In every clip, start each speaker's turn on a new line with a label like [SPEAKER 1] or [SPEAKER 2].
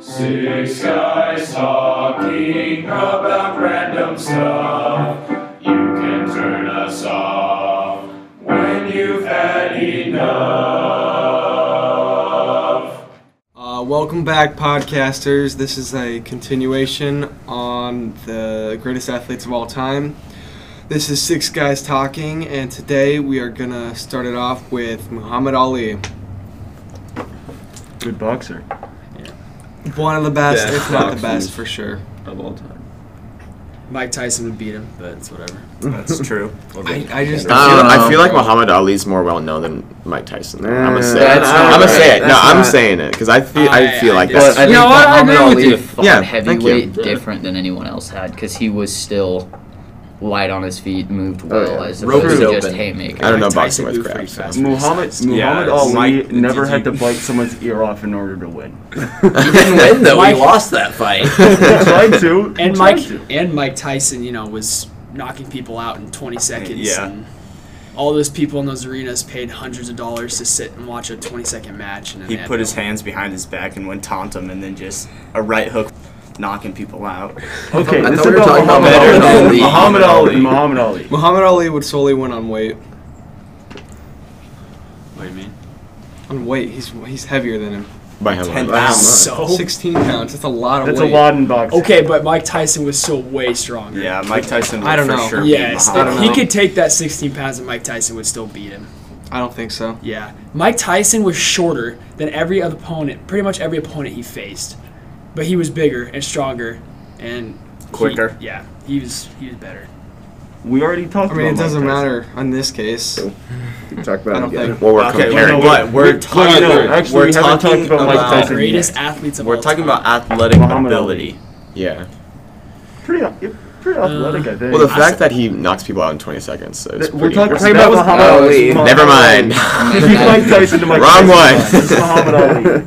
[SPEAKER 1] Six guys talking about random stuff. You can turn us off when you've had enough.
[SPEAKER 2] Uh, welcome back, podcasters. This is a continuation on the greatest athletes of all time. This is Six Guys Talking, and today we are going to start it off with Muhammad Ali,
[SPEAKER 3] Good boxer
[SPEAKER 2] one of the best,
[SPEAKER 4] Yeah,
[SPEAKER 2] if not the
[SPEAKER 3] boxers.
[SPEAKER 2] best, for sure.
[SPEAKER 3] of all time.
[SPEAKER 5] Mike Tyson would beat him, but it's whatever.
[SPEAKER 3] That's true.
[SPEAKER 2] I, I
[SPEAKER 4] I, feel,
[SPEAKER 2] just.
[SPEAKER 3] don't know.
[SPEAKER 4] Uh, I feel like Muhammad Ali's more well known than Mike Tyson. I'm gonna say it.
[SPEAKER 3] That's not
[SPEAKER 4] I'm gonna
[SPEAKER 3] right.
[SPEAKER 4] say it. No,
[SPEAKER 3] That's
[SPEAKER 4] I'm
[SPEAKER 3] not-
[SPEAKER 4] saying it because I feel I,
[SPEAKER 5] I-
[SPEAKER 4] feel
[SPEAKER 5] I
[SPEAKER 4] like
[SPEAKER 5] dis-
[SPEAKER 4] that's.
[SPEAKER 5] But I
[SPEAKER 3] you
[SPEAKER 6] You know what? I agree
[SPEAKER 3] Muhammad
[SPEAKER 6] with you.
[SPEAKER 3] Ali fought
[SPEAKER 4] Yeah, thank you.
[SPEAKER 6] heavyweight different than anyone else had because he was still light on his feet, moved well
[SPEAKER 4] yeah.
[SPEAKER 6] as
[SPEAKER 4] Rope
[SPEAKER 6] opposed to
[SPEAKER 4] is
[SPEAKER 6] just
[SPEAKER 4] open.
[SPEAKER 6] haymaker.
[SPEAKER 4] I don't know
[SPEAKER 5] Mike
[SPEAKER 4] boxing
[SPEAKER 5] Tyson
[SPEAKER 4] with
[SPEAKER 5] moved
[SPEAKER 4] crap.
[SPEAKER 5] pretty
[SPEAKER 4] so.
[SPEAKER 5] fast.
[SPEAKER 3] Muhammad
[SPEAKER 5] Yeah,
[SPEAKER 3] Muhammad
[SPEAKER 5] it's
[SPEAKER 3] Ali
[SPEAKER 5] like-
[SPEAKER 3] never
[SPEAKER 5] did
[SPEAKER 3] had to
[SPEAKER 5] you-
[SPEAKER 3] bite someone's ear off in order to win.
[SPEAKER 4] He didn't win though. We lost that fight.
[SPEAKER 3] He tried to. He
[SPEAKER 5] And
[SPEAKER 3] tried
[SPEAKER 5] Mike
[SPEAKER 3] to.
[SPEAKER 5] and Mike Tyson, you know, was knocking people out in 20 seconds.
[SPEAKER 3] Yeah.
[SPEAKER 5] And all those people in those arenas paid hundreds of dollars to sit and watch a 20 second match. And then
[SPEAKER 7] He
[SPEAKER 5] they had
[SPEAKER 7] put
[SPEAKER 5] no-
[SPEAKER 7] his hands behind his back and went tantum and then just a right hook knocking people out.
[SPEAKER 3] Okay,
[SPEAKER 4] I
[SPEAKER 3] this
[SPEAKER 4] thought we
[SPEAKER 3] is
[SPEAKER 4] were
[SPEAKER 3] about
[SPEAKER 4] talking about
[SPEAKER 3] Muhammad
[SPEAKER 4] Muhammad Ali.
[SPEAKER 3] Ali. Muhammad Ali. Muhammad Ali.
[SPEAKER 2] Muhammad Ali would solely win on weight.
[SPEAKER 3] What do you mean?
[SPEAKER 2] On weight, he's he's heavier than him.
[SPEAKER 4] By how much?
[SPEAKER 7] Ten
[SPEAKER 4] By how much?
[SPEAKER 7] pounds.
[SPEAKER 5] So
[SPEAKER 2] 16 pounds. That's a lot of
[SPEAKER 3] Oh. That's a
[SPEAKER 2] weight.
[SPEAKER 3] lot in boxing.
[SPEAKER 5] okay, but Mike Tyson was still way stronger.
[SPEAKER 7] Yeah, Mike Tyson. Would
[SPEAKER 2] I don't
[SPEAKER 7] for
[SPEAKER 2] know.
[SPEAKER 7] Sure beat
[SPEAKER 5] Yes,
[SPEAKER 7] Muhammad
[SPEAKER 2] don't
[SPEAKER 5] he
[SPEAKER 2] know.
[SPEAKER 5] could take that 16 pounds, and Mike Tyson would still beat him.
[SPEAKER 2] I don't think so.
[SPEAKER 5] Yeah, Mike Tyson was shorter than every other opponent, pretty much every opponent he faced, but he was bigger and stronger and he-
[SPEAKER 7] Quicker.
[SPEAKER 5] yeah, he was he was better.
[SPEAKER 3] We already talked
[SPEAKER 2] I mean, it
[SPEAKER 3] about
[SPEAKER 2] doesn't
[SPEAKER 3] Mike Tyson.
[SPEAKER 2] matter on this case.
[SPEAKER 4] Talk about
[SPEAKER 2] I
[SPEAKER 4] it
[SPEAKER 2] don't
[SPEAKER 4] again.
[SPEAKER 2] think-
[SPEAKER 4] Well, we're
[SPEAKER 7] Okay, wait,
[SPEAKER 4] comparing.
[SPEAKER 7] no,
[SPEAKER 4] What?
[SPEAKER 3] But we're talking.
[SPEAKER 7] We're
[SPEAKER 3] actually, we
[SPEAKER 7] talking
[SPEAKER 3] haven't talked about Mike
[SPEAKER 7] about-
[SPEAKER 3] Tyson. yet.
[SPEAKER 5] Greatest athletes of
[SPEAKER 7] We're
[SPEAKER 5] all
[SPEAKER 7] talking
[SPEAKER 5] time.
[SPEAKER 7] about athletic
[SPEAKER 3] Muhammad
[SPEAKER 7] ability.
[SPEAKER 4] Yeah.
[SPEAKER 3] Pretty, pretty athletic, I think.
[SPEAKER 4] Well, the fact that he knocks people out in 20 seconds. So it's
[SPEAKER 3] Th- we're
[SPEAKER 4] pretty
[SPEAKER 3] talking, we're talking
[SPEAKER 4] impressive.
[SPEAKER 3] about
[SPEAKER 4] That was-
[SPEAKER 6] that
[SPEAKER 3] Muhammad
[SPEAKER 6] was-
[SPEAKER 3] Ali.
[SPEAKER 4] Never mind.
[SPEAKER 3] He's Mike Tyson to Mike
[SPEAKER 4] Wrong
[SPEAKER 3] Tyson.
[SPEAKER 4] one.
[SPEAKER 3] It's Muhammad Ali.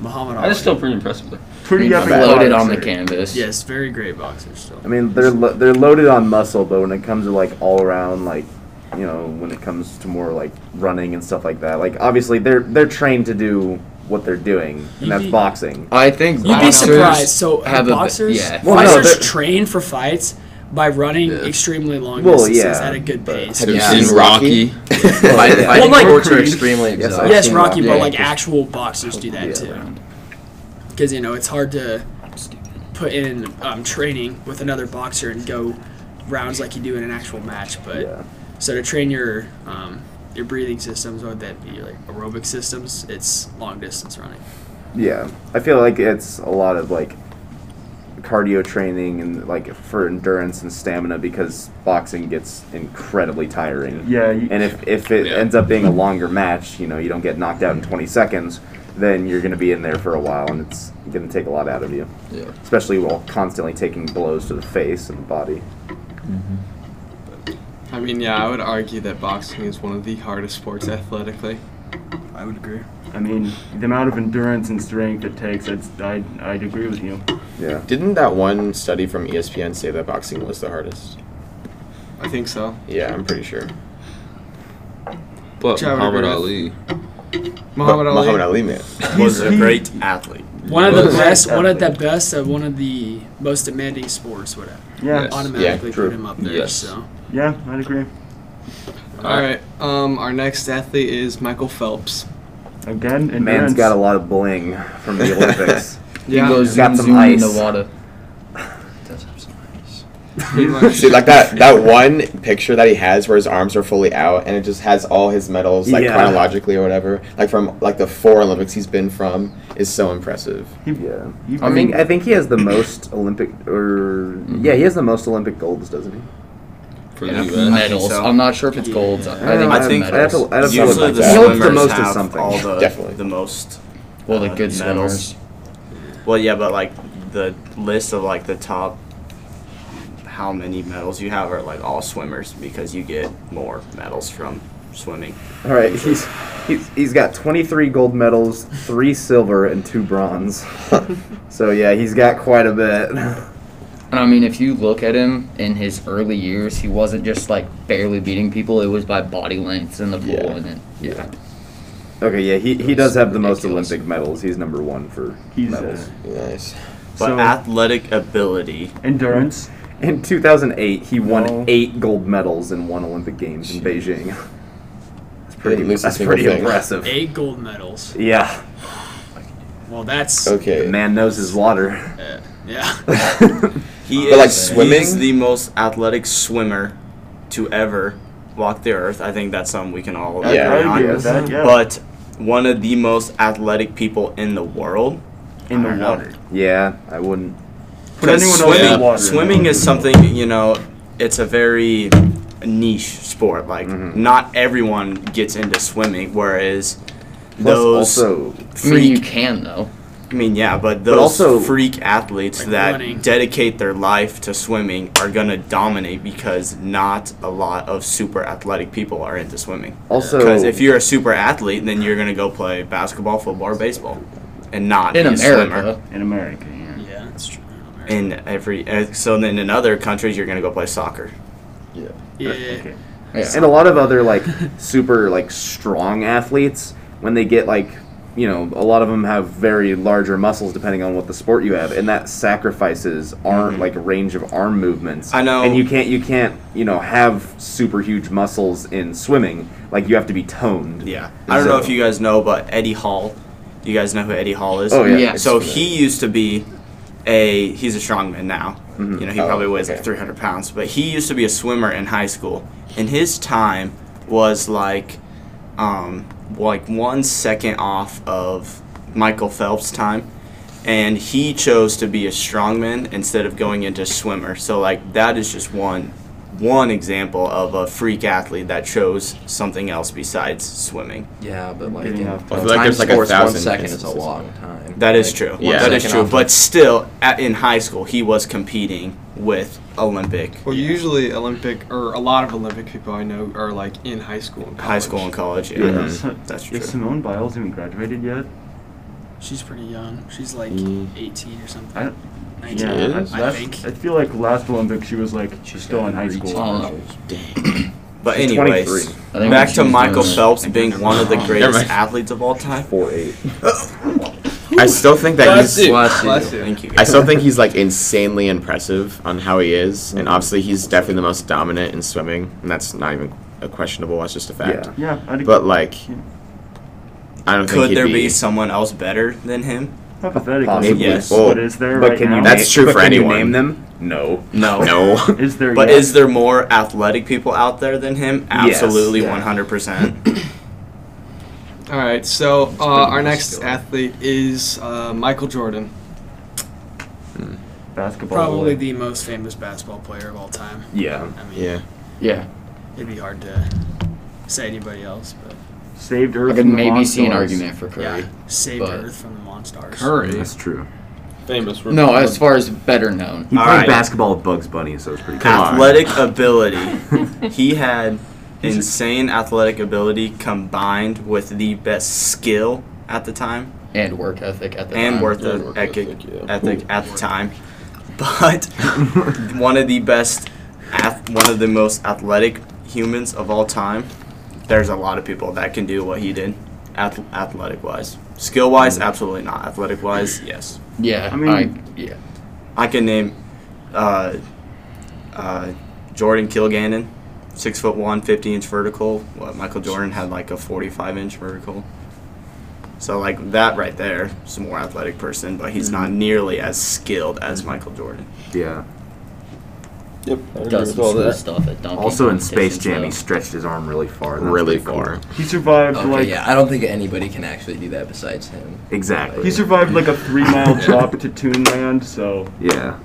[SPEAKER 5] Muhammad Ali.
[SPEAKER 8] That is still pretty impressive. Though.
[SPEAKER 3] Pretty epic.
[SPEAKER 6] Floated on
[SPEAKER 3] boxer.
[SPEAKER 6] the canvas.
[SPEAKER 5] yes, very great boxer still.
[SPEAKER 9] I mean, they're lo- they're loaded on muscle, but when it comes to like all around, like you know, when it comes to more like running and stuff like that, like obviously they're they're trained to do what they're doing, and that's
[SPEAKER 5] You'd be-
[SPEAKER 9] boxing.
[SPEAKER 6] I think
[SPEAKER 5] You'd be
[SPEAKER 6] boxers
[SPEAKER 5] surprised. So
[SPEAKER 6] have a bit-
[SPEAKER 5] boxers,
[SPEAKER 6] yeah.
[SPEAKER 9] Well, no,
[SPEAKER 5] fighters
[SPEAKER 9] they're-
[SPEAKER 5] train for fights by running extremely long
[SPEAKER 9] Well,
[SPEAKER 5] distances
[SPEAKER 9] yeah,
[SPEAKER 5] at a good
[SPEAKER 9] but-
[SPEAKER 5] pace.
[SPEAKER 6] Have you
[SPEAKER 4] Yeah.
[SPEAKER 6] seen Rocky? Fight-
[SPEAKER 9] Yeah.
[SPEAKER 6] Fighting
[SPEAKER 5] Well, like-
[SPEAKER 6] sports are extremely
[SPEAKER 9] Yes,
[SPEAKER 6] exhausting.
[SPEAKER 9] I've
[SPEAKER 5] yes,
[SPEAKER 9] seen
[SPEAKER 5] Rocky,
[SPEAKER 9] that.
[SPEAKER 5] but
[SPEAKER 6] Yeah,
[SPEAKER 5] like
[SPEAKER 6] just-
[SPEAKER 5] actual boxers do that too. Because you know it's hard to put in um, training with another boxer and go rounds like you do in an actual match. But
[SPEAKER 9] Yeah.
[SPEAKER 5] so to train your um, your breathing systems, or that be like aerobic systems, it's long distance running.
[SPEAKER 9] Yeah, I feel like it's a lot of like cardio training and like for endurance and stamina because boxing gets incredibly tiring.
[SPEAKER 3] Yeah. You,
[SPEAKER 9] And if, if it
[SPEAKER 8] Yeah.
[SPEAKER 9] ends up being a longer match, you know, you don't get knocked out in 20 seconds, then you're going to be in there for a while and it's going to take a lot out of you.
[SPEAKER 8] Yeah.
[SPEAKER 9] Especially while constantly taking blows to the face and the body.
[SPEAKER 2] I mean, yeah, I would argue that boxing is one of the hardest sports athletically.
[SPEAKER 5] I would agree.
[SPEAKER 3] I mean, the amount of endurance and strength it takes, it's, I'd, I'd agree with you.
[SPEAKER 9] Yeah.
[SPEAKER 4] Didn't that one study from E ESPN say that boxing was the hardest?
[SPEAKER 2] I think so.
[SPEAKER 4] Yeah, I'm pretty sure.
[SPEAKER 8] But
[SPEAKER 2] Which I would
[SPEAKER 8] Muhammad
[SPEAKER 2] agree
[SPEAKER 8] Ali,
[SPEAKER 2] Muhammad
[SPEAKER 4] But
[SPEAKER 2] Ali.
[SPEAKER 4] Muhammad Ali, man.
[SPEAKER 7] Was
[SPEAKER 3] He's-
[SPEAKER 7] a
[SPEAKER 3] he-
[SPEAKER 7] great athlete.
[SPEAKER 5] One of the
[SPEAKER 8] Well,
[SPEAKER 5] best, one of the
[SPEAKER 3] definitely.
[SPEAKER 5] best, of one of the most demanding sports. Whatever.
[SPEAKER 3] Yeah.
[SPEAKER 8] Yes.
[SPEAKER 5] Automatically
[SPEAKER 4] true.
[SPEAKER 5] put him up there.
[SPEAKER 8] Yes.
[SPEAKER 5] So
[SPEAKER 3] Yeah, I'd agree.
[SPEAKER 2] All right. Um, our next athlete is Michael Phelps.
[SPEAKER 3] Again, endurance.
[SPEAKER 9] Man's got a lot of bling from the Olympics.
[SPEAKER 6] He goes
[SPEAKER 9] Got
[SPEAKER 6] zoom,
[SPEAKER 9] some
[SPEAKER 6] zoom in the
[SPEAKER 9] ice.
[SPEAKER 6] water.
[SPEAKER 2] pretty much.
[SPEAKER 4] See, like that that one picture that he has where his arms are fully out, and it just has all his medals like
[SPEAKER 9] Yeah.
[SPEAKER 4] chronologically or whatever, like from like the four Olympics he's been from, is so impressive.
[SPEAKER 9] yeah.
[SPEAKER 3] You
[SPEAKER 9] I
[SPEAKER 3] bring-
[SPEAKER 9] mean, I think he has the most Olympic, or yeah, he has the most Olympic golds, doesn't he?
[SPEAKER 8] for
[SPEAKER 6] Yeah,
[SPEAKER 8] the U.S.
[SPEAKER 6] medals.
[SPEAKER 7] so.
[SPEAKER 6] I'm not sure if it's golds. I
[SPEAKER 9] don't
[SPEAKER 6] think
[SPEAKER 9] know,
[SPEAKER 7] I
[SPEAKER 6] it's
[SPEAKER 7] think-
[SPEAKER 9] I have
[SPEAKER 6] medals.
[SPEAKER 9] to, I have to look
[SPEAKER 7] Usually
[SPEAKER 9] back
[SPEAKER 7] the
[SPEAKER 9] that up.
[SPEAKER 7] swimmers
[SPEAKER 9] He holds the most
[SPEAKER 7] have
[SPEAKER 9] of something.
[SPEAKER 7] all the
[SPEAKER 4] Definitely.
[SPEAKER 7] the most.
[SPEAKER 6] well, the
[SPEAKER 7] uh,
[SPEAKER 6] good
[SPEAKER 7] medals.
[SPEAKER 6] swimmers.
[SPEAKER 7] Well, yeah, but like the list of like the top how many medals you have are like all swimmers because you get more medals from swimming.
[SPEAKER 9] all right, he's, he's he's got 23 gold medals, three silver, and two bronze. so yeah, he's got quite a bit.
[SPEAKER 6] And I mean, if you look at him in his early years, he wasn't just like barely beating people. It was by body lengths in the pool,
[SPEAKER 4] Yeah.
[SPEAKER 6] and then, yeah.
[SPEAKER 9] Okay, yeah, he, he does have the most
[SPEAKER 6] Ridiculous.
[SPEAKER 9] Olympic medals. He's number one for
[SPEAKER 3] He's uh,
[SPEAKER 9] medals.
[SPEAKER 4] Nice.
[SPEAKER 7] But
[SPEAKER 3] So-
[SPEAKER 7] athletic ability.
[SPEAKER 3] endurance.
[SPEAKER 9] In 2008, he won
[SPEAKER 3] No.
[SPEAKER 9] eight gold medals in one Olympic Games in Beijing. That's pretty,
[SPEAKER 4] Didn't lose a
[SPEAKER 9] that's
[SPEAKER 4] single
[SPEAKER 9] pretty
[SPEAKER 4] thing.
[SPEAKER 9] impressive.
[SPEAKER 5] Eight gold medals.
[SPEAKER 9] Yeah,
[SPEAKER 5] Well, that's
[SPEAKER 9] the
[SPEAKER 4] Okay.
[SPEAKER 9] man knows his water.
[SPEAKER 5] uh, yeah.
[SPEAKER 7] He
[SPEAKER 4] But, like,
[SPEAKER 7] is
[SPEAKER 4] swimming?
[SPEAKER 7] He's the most athletic swimmer to ever walk the earth. I think that's something we can all agree
[SPEAKER 4] Yeah.
[SPEAKER 3] I
[SPEAKER 7] on.
[SPEAKER 3] agree with that. Yeah.
[SPEAKER 7] But one of the most athletic people in the world.
[SPEAKER 3] in
[SPEAKER 7] I
[SPEAKER 3] the
[SPEAKER 7] don't know.
[SPEAKER 3] water.
[SPEAKER 9] Yeah, I wouldn't.
[SPEAKER 3] Put anyone else in the
[SPEAKER 7] swimming,
[SPEAKER 3] water.
[SPEAKER 7] swimming is something you know. It's a very niche sport. Like not everyone gets into swimming. Whereas
[SPEAKER 9] Plus,
[SPEAKER 7] those,
[SPEAKER 9] also,
[SPEAKER 6] I mean, you
[SPEAKER 7] freak,
[SPEAKER 6] can though.
[SPEAKER 7] I mean, yeah, but those
[SPEAKER 9] also-
[SPEAKER 7] freak athletes
[SPEAKER 5] Like
[SPEAKER 7] that
[SPEAKER 5] running.
[SPEAKER 7] dedicate their life to swimming are gonna dominate because not a lot of super athletic people are into swimming.
[SPEAKER 9] also,
[SPEAKER 7] Because if you're a super athlete, then you're gonna go play basketball, football, or baseball, and not
[SPEAKER 6] In
[SPEAKER 7] be a swimmer.
[SPEAKER 6] America,
[SPEAKER 3] in America. Yeah.
[SPEAKER 5] Yeah, that's true.
[SPEAKER 7] in every uh, so then in other countries you're gonna go play soccer
[SPEAKER 5] Yeah,
[SPEAKER 3] Okay.
[SPEAKER 9] and a lot of other like super like strong athletes when they get like you know a lot of them have very larger muscles depending on what the sport you have and that sacrifices arm like range of arm movements
[SPEAKER 7] Mm-hmm. I know.
[SPEAKER 9] and you can't you can't you know have super huge muscles in swimming like you have to be toned
[SPEAKER 7] yeah i don't know
[SPEAKER 9] So-
[SPEAKER 7] if you guys know but eddie hall do you guys know who eddie hall is
[SPEAKER 9] oh yeah,
[SPEAKER 6] Yeah.
[SPEAKER 7] so he used to be a he's a strongman now you know he
[SPEAKER 4] Oh,
[SPEAKER 7] probably weighs
[SPEAKER 4] okay.
[SPEAKER 7] like 300 pounds but he used to be a swimmer in high school and his time was like um like one second off of michael phelps time and he chose to be a strongman instead of going into swimmer so like that is just one one example of a freak athlete that chose something else besides swimming
[SPEAKER 10] Yeah, but like,
[SPEAKER 3] Getting
[SPEAKER 10] in
[SPEAKER 3] off
[SPEAKER 10] a
[SPEAKER 8] I feel like
[SPEAKER 10] time
[SPEAKER 8] there's like a
[SPEAKER 10] sports, one
[SPEAKER 8] thousand
[SPEAKER 10] second is a
[SPEAKER 8] instances.
[SPEAKER 10] long time.
[SPEAKER 7] That is
[SPEAKER 10] Like,
[SPEAKER 7] true.
[SPEAKER 10] one
[SPEAKER 8] Yeah.
[SPEAKER 7] that is
[SPEAKER 10] second
[SPEAKER 7] true.
[SPEAKER 10] off
[SPEAKER 7] But still, at, in high school, he was competing with Olympic,
[SPEAKER 2] Well, usually Olympic or a lot of Olympic people I know are like in high school and college.
[SPEAKER 7] high school and college. Yeah,
[SPEAKER 3] Yeah.
[SPEAKER 7] that's true.
[SPEAKER 3] Is Simone Biles even graduated yet?
[SPEAKER 5] she's pretty young. She's like
[SPEAKER 4] Mm.
[SPEAKER 5] 18 or something.
[SPEAKER 3] I don't.
[SPEAKER 5] 19,
[SPEAKER 3] Yeah,
[SPEAKER 4] is?
[SPEAKER 3] I,
[SPEAKER 5] I
[SPEAKER 3] last-
[SPEAKER 5] think.
[SPEAKER 3] I feel like last Olympics she was like she's still in high school.
[SPEAKER 6] Oh,
[SPEAKER 7] But
[SPEAKER 9] She's
[SPEAKER 7] anyways,
[SPEAKER 9] 23
[SPEAKER 6] I think
[SPEAKER 7] back
[SPEAKER 6] when she
[SPEAKER 7] to
[SPEAKER 6] was
[SPEAKER 7] Michael
[SPEAKER 6] doing it-
[SPEAKER 7] Phelps being one of the greatest
[SPEAKER 8] mind.
[SPEAKER 7] athletes of all time.
[SPEAKER 9] 4'8
[SPEAKER 4] I still think that
[SPEAKER 2] Bless
[SPEAKER 4] he's.
[SPEAKER 2] you.
[SPEAKER 6] Bless you.
[SPEAKER 2] Bless you.
[SPEAKER 7] Thank you.
[SPEAKER 4] I
[SPEAKER 7] Guys.
[SPEAKER 4] still think he's like insanely impressive on how he is,
[SPEAKER 9] Mm-hmm.
[SPEAKER 4] and obviously he's definitely the most dominant in swimming, and that's not even a questionable. That's just a fact.
[SPEAKER 9] Yeah.
[SPEAKER 3] Yeah, I'd
[SPEAKER 4] But like, I don't think
[SPEAKER 7] Could
[SPEAKER 4] he'd
[SPEAKER 7] there
[SPEAKER 4] be.
[SPEAKER 7] be someone else better than him?
[SPEAKER 3] hypothetically.
[SPEAKER 9] Possibly.
[SPEAKER 7] Yes.
[SPEAKER 4] Well,
[SPEAKER 3] But is there
[SPEAKER 9] but
[SPEAKER 3] right
[SPEAKER 9] can
[SPEAKER 3] now?
[SPEAKER 9] you
[SPEAKER 4] That's
[SPEAKER 9] name-
[SPEAKER 4] true
[SPEAKER 9] but
[SPEAKER 4] for
[SPEAKER 9] can you
[SPEAKER 4] anyone.
[SPEAKER 9] name them no
[SPEAKER 7] No.
[SPEAKER 4] no.
[SPEAKER 3] Is there?
[SPEAKER 7] But
[SPEAKER 3] yet?
[SPEAKER 7] is there more athletic people out there than him?
[SPEAKER 9] Yes.
[SPEAKER 7] Absolutely,
[SPEAKER 9] Yeah.
[SPEAKER 7] one hundred percent.
[SPEAKER 2] All right, so uh,
[SPEAKER 4] pretty
[SPEAKER 2] our
[SPEAKER 4] much
[SPEAKER 2] next
[SPEAKER 4] still.
[SPEAKER 2] athlete is uh, Michael Jordan.
[SPEAKER 3] basketball?
[SPEAKER 5] Probably
[SPEAKER 3] the
[SPEAKER 5] the most famous basketball player of all time.
[SPEAKER 9] yeah
[SPEAKER 5] I mean,
[SPEAKER 4] yeah.
[SPEAKER 6] Yeah,
[SPEAKER 5] it'd be hard to say anybody else, but
[SPEAKER 3] saved Earth.
[SPEAKER 6] I could
[SPEAKER 3] from the
[SPEAKER 6] maybe see an
[SPEAKER 3] Monstars.
[SPEAKER 6] argument for Curry.
[SPEAKER 5] yeah, saved
[SPEAKER 6] But-
[SPEAKER 5] Earth from the Monstars.
[SPEAKER 2] Curry.
[SPEAKER 9] that's true
[SPEAKER 1] Famous. for-
[SPEAKER 6] No, as far as better known.
[SPEAKER 9] he
[SPEAKER 7] All
[SPEAKER 9] played
[SPEAKER 7] right.
[SPEAKER 9] basketball with Bugs Bunny so it's pretty cool
[SPEAKER 4] on.
[SPEAKER 7] athletic ability. He had insane athletic ability combined with the best skill at the time
[SPEAKER 6] and work ethic at the
[SPEAKER 7] and
[SPEAKER 6] time.
[SPEAKER 7] worth
[SPEAKER 1] Yeah,
[SPEAKER 7] the
[SPEAKER 1] work
[SPEAKER 7] ethic,
[SPEAKER 1] ethic, yeah.
[SPEAKER 7] ethic at the time. But one of the best, ath- one of the most athletic humans of all time. There's a lot of people that can do what he did, ath- athletic wise. Skill
[SPEAKER 1] Mm.
[SPEAKER 7] wise, absolutely not. Athletic wise, yes.
[SPEAKER 6] Yeah,
[SPEAKER 3] I
[SPEAKER 6] I
[SPEAKER 3] mean-
[SPEAKER 6] yeah,
[SPEAKER 7] I can name uh, uh, Jordan Kilgannon, six foot one, 50 inch vertical. What, Michael Jordan had like a 45 inch vertical. So like that right there is a more athletic person, but he's not
[SPEAKER 6] Mm-hmm.
[SPEAKER 7] nearly as skilled as Michael Jordan.
[SPEAKER 9] yeah
[SPEAKER 1] Yep. I agree
[SPEAKER 6] does
[SPEAKER 1] with
[SPEAKER 6] some
[SPEAKER 1] all
[SPEAKER 6] cool
[SPEAKER 1] that.
[SPEAKER 6] stuff at dunking.
[SPEAKER 9] also in Space
[SPEAKER 6] competitions,
[SPEAKER 9] Jam
[SPEAKER 6] though.
[SPEAKER 9] he stretched his arm really far That's
[SPEAKER 4] Really
[SPEAKER 9] pretty cool.
[SPEAKER 4] far.
[SPEAKER 3] He survived
[SPEAKER 10] Okay,
[SPEAKER 3] like
[SPEAKER 10] yeah, I don't think anybody can actually do that besides him.
[SPEAKER 9] Exactly.
[SPEAKER 3] he survived like a three mile chop to Toon Land. So
[SPEAKER 9] Yeah,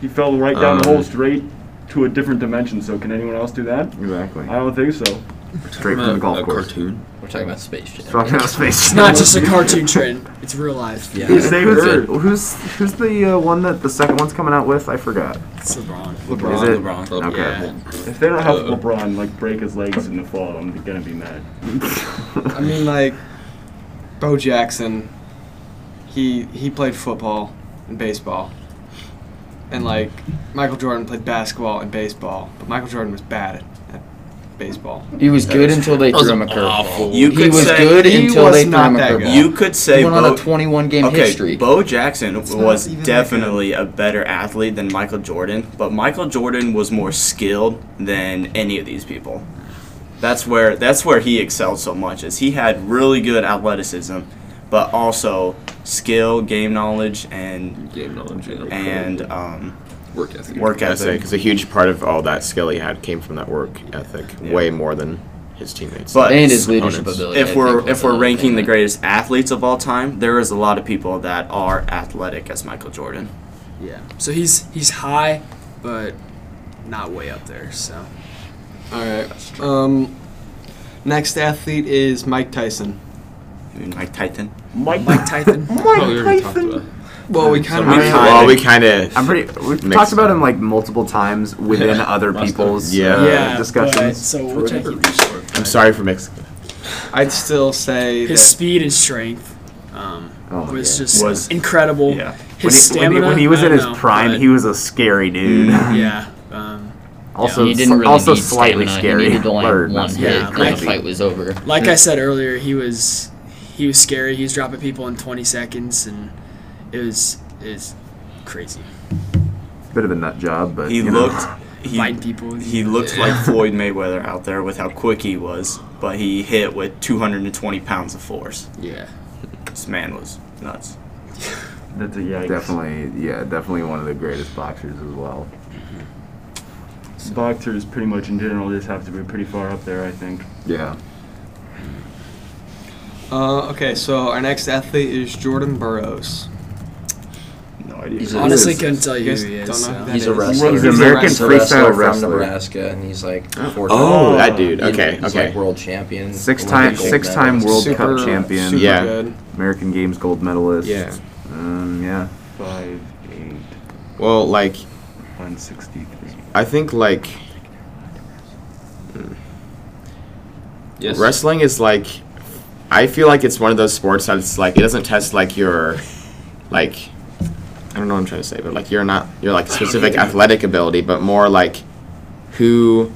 [SPEAKER 3] he fell right down the hole
[SPEAKER 4] Um,
[SPEAKER 3] straight to a different dimension. So can anyone else do that?
[SPEAKER 9] exactly.
[SPEAKER 3] I don't think so.
[SPEAKER 9] Straight from the golf
[SPEAKER 8] a
[SPEAKER 9] course.
[SPEAKER 8] cartoon.
[SPEAKER 10] We're talking about Space Jam.
[SPEAKER 9] Talking about space.
[SPEAKER 5] It's not just a cartoon trend. It's real life.
[SPEAKER 10] Yeah.
[SPEAKER 3] He saved
[SPEAKER 9] Who's, it?
[SPEAKER 3] Earth.
[SPEAKER 9] who's who's the uh, one that the second one's coming out with? I forgot.
[SPEAKER 5] It's LeBron.
[SPEAKER 9] Is it? Okay.
[SPEAKER 5] Yeah.
[SPEAKER 3] If they don't have
[SPEAKER 8] Uh,
[SPEAKER 3] LeBron like break his legs in the fall, I'm gonna be mad.
[SPEAKER 2] I mean, like Bo Jackson. He he played football and baseball, and like Michael Jordan played basketball and baseball, but Michael Jordan was bad at, at baseball.
[SPEAKER 6] He was good until they
[SPEAKER 7] That was
[SPEAKER 6] threw him a
[SPEAKER 7] awful.
[SPEAKER 6] curveball.
[SPEAKER 7] You
[SPEAKER 6] Oh, he
[SPEAKER 7] could
[SPEAKER 6] was
[SPEAKER 7] say-
[SPEAKER 6] good
[SPEAKER 7] He
[SPEAKER 6] until
[SPEAKER 2] was
[SPEAKER 6] they threw
[SPEAKER 2] not
[SPEAKER 6] him a
[SPEAKER 2] that good.
[SPEAKER 6] curveball.
[SPEAKER 7] You could say
[SPEAKER 6] he went on
[SPEAKER 7] Bo-
[SPEAKER 6] a 21 game
[SPEAKER 7] okay,
[SPEAKER 6] history.
[SPEAKER 7] Bo Jackson
[SPEAKER 2] It's not
[SPEAKER 7] was
[SPEAKER 2] even like
[SPEAKER 7] definitely a better athlete than Michael Jordan, but Michael Jordan was more skilled than any of these people. That's where that's where he excelled so much is he had really good athleticism, but also skill, game knowledge, and
[SPEAKER 8] Game knowledge you know,
[SPEAKER 7] and um,
[SPEAKER 8] work ethic.
[SPEAKER 7] work
[SPEAKER 4] I say
[SPEAKER 7] ethic.
[SPEAKER 4] because a huge part of all that skill he had came from that work ethic,
[SPEAKER 7] Yeah.
[SPEAKER 4] way more than his teammates.
[SPEAKER 7] But-
[SPEAKER 6] and his leadership
[SPEAKER 4] opponents.
[SPEAKER 6] ability. I
[SPEAKER 7] If
[SPEAKER 6] think,
[SPEAKER 7] we're
[SPEAKER 6] was
[SPEAKER 7] if we're
[SPEAKER 6] another
[SPEAKER 7] ranking
[SPEAKER 6] thing
[SPEAKER 7] the
[SPEAKER 6] that-
[SPEAKER 7] greatest athletes of all time, there is a lot of people that are athletic as Michael Jordan.
[SPEAKER 5] Yeah. So he's he's high, but not way up there. So
[SPEAKER 2] All right. Um, next athlete is Mike Tyson.
[SPEAKER 7] I mean, Mike Titan.
[SPEAKER 5] Mike Tyson.
[SPEAKER 8] Oh, we already talked about. it.
[SPEAKER 2] Well, we
[SPEAKER 8] Um,
[SPEAKER 2] kind
[SPEAKER 8] so
[SPEAKER 2] of
[SPEAKER 7] we
[SPEAKER 2] already-
[SPEAKER 7] kinda-
[SPEAKER 4] well, we kind of.
[SPEAKER 9] I'm pretty. We've
[SPEAKER 4] Mixed.
[SPEAKER 9] talked about him like multiple times within
[SPEAKER 8] Yeah,
[SPEAKER 9] other
[SPEAKER 8] must have.
[SPEAKER 9] people's
[SPEAKER 4] Yeah.
[SPEAKER 9] uh,
[SPEAKER 5] yeah. But,
[SPEAKER 9] discussions.
[SPEAKER 5] so we'll check it.
[SPEAKER 4] I'm sorry for Mexico.
[SPEAKER 2] I'd still say
[SPEAKER 5] his
[SPEAKER 2] that
[SPEAKER 5] speed and strength. Um,
[SPEAKER 9] Oh,
[SPEAKER 5] was
[SPEAKER 9] yeah.
[SPEAKER 5] just
[SPEAKER 7] Was-
[SPEAKER 5] incredible.
[SPEAKER 7] yeah.
[SPEAKER 5] His
[SPEAKER 9] When he, when,
[SPEAKER 5] stamina.
[SPEAKER 9] he, when he was
[SPEAKER 5] I
[SPEAKER 9] in
[SPEAKER 5] don't
[SPEAKER 9] his
[SPEAKER 5] know,
[SPEAKER 9] prime,
[SPEAKER 5] but-
[SPEAKER 9] he was a scary dude.
[SPEAKER 5] Mm, Yeah. Um,
[SPEAKER 9] also,
[SPEAKER 6] he didn't
[SPEAKER 9] sli-
[SPEAKER 6] really
[SPEAKER 9] also
[SPEAKER 6] need
[SPEAKER 9] slightly
[SPEAKER 6] stamina.
[SPEAKER 9] scary.
[SPEAKER 6] He needed only
[SPEAKER 9] Or not
[SPEAKER 6] one
[SPEAKER 9] scary,
[SPEAKER 6] hit, and the
[SPEAKER 9] crazy.
[SPEAKER 6] fight was over.
[SPEAKER 5] like I said earlier, he was he was scary. He was dropping people in 20 seconds, and it was it was crazy.
[SPEAKER 9] Bit of a nut job, but
[SPEAKER 7] He
[SPEAKER 9] you know.
[SPEAKER 7] looked. He,
[SPEAKER 5] Fighting people.
[SPEAKER 7] He looked like Floyd Mayweather out there with how quick he was, but he hit with 220 pounds of force.
[SPEAKER 5] Yeah.
[SPEAKER 7] This man was nuts.
[SPEAKER 3] That's a yikes.
[SPEAKER 9] Definitely, yeah, definitely one of the greatest boxers as well.
[SPEAKER 3] Boxers, pretty much in general, just have to be pretty far up there, I think.
[SPEAKER 9] Yeah.
[SPEAKER 2] Uh, okay, so our next athlete is Jordan Burroughs.
[SPEAKER 7] No idea.
[SPEAKER 10] He's a-
[SPEAKER 5] Honestly,
[SPEAKER 10] is-
[SPEAKER 5] couldn't tell
[SPEAKER 2] You
[SPEAKER 5] you
[SPEAKER 2] guys
[SPEAKER 5] who he is.
[SPEAKER 2] don't know
[SPEAKER 5] So.
[SPEAKER 2] who that
[SPEAKER 10] He's a
[SPEAKER 2] is?
[SPEAKER 10] wrestler.
[SPEAKER 9] uh, He's
[SPEAKER 10] He's
[SPEAKER 9] an
[SPEAKER 10] a
[SPEAKER 9] American
[SPEAKER 10] He's a
[SPEAKER 9] freestyle
[SPEAKER 10] wrestler,
[SPEAKER 9] wrestler.
[SPEAKER 10] from Nebraska, and he's like four
[SPEAKER 4] Oh,
[SPEAKER 10] times-
[SPEAKER 4] that dude.
[SPEAKER 10] he's-
[SPEAKER 4] Okay,
[SPEAKER 10] he's
[SPEAKER 4] okay.
[SPEAKER 10] like world champion,
[SPEAKER 9] Six
[SPEAKER 10] Olympic
[SPEAKER 9] time,
[SPEAKER 10] gold
[SPEAKER 9] six
[SPEAKER 10] medalist.
[SPEAKER 9] time World
[SPEAKER 2] Super-
[SPEAKER 9] Cup champion,
[SPEAKER 2] super
[SPEAKER 4] Yeah.
[SPEAKER 2] good.
[SPEAKER 9] American Games gold medalist.
[SPEAKER 4] Yeah.
[SPEAKER 9] Um, yeah.
[SPEAKER 3] Five eight
[SPEAKER 4] Well, like
[SPEAKER 3] one sixty three.
[SPEAKER 4] I think like
[SPEAKER 8] Yes.
[SPEAKER 4] wrestling is like I feel like it's one of those sports that it's like it doesn't test like your like I don't know what I'm trying to say, but like you're not your like specific athletic ability, but more like who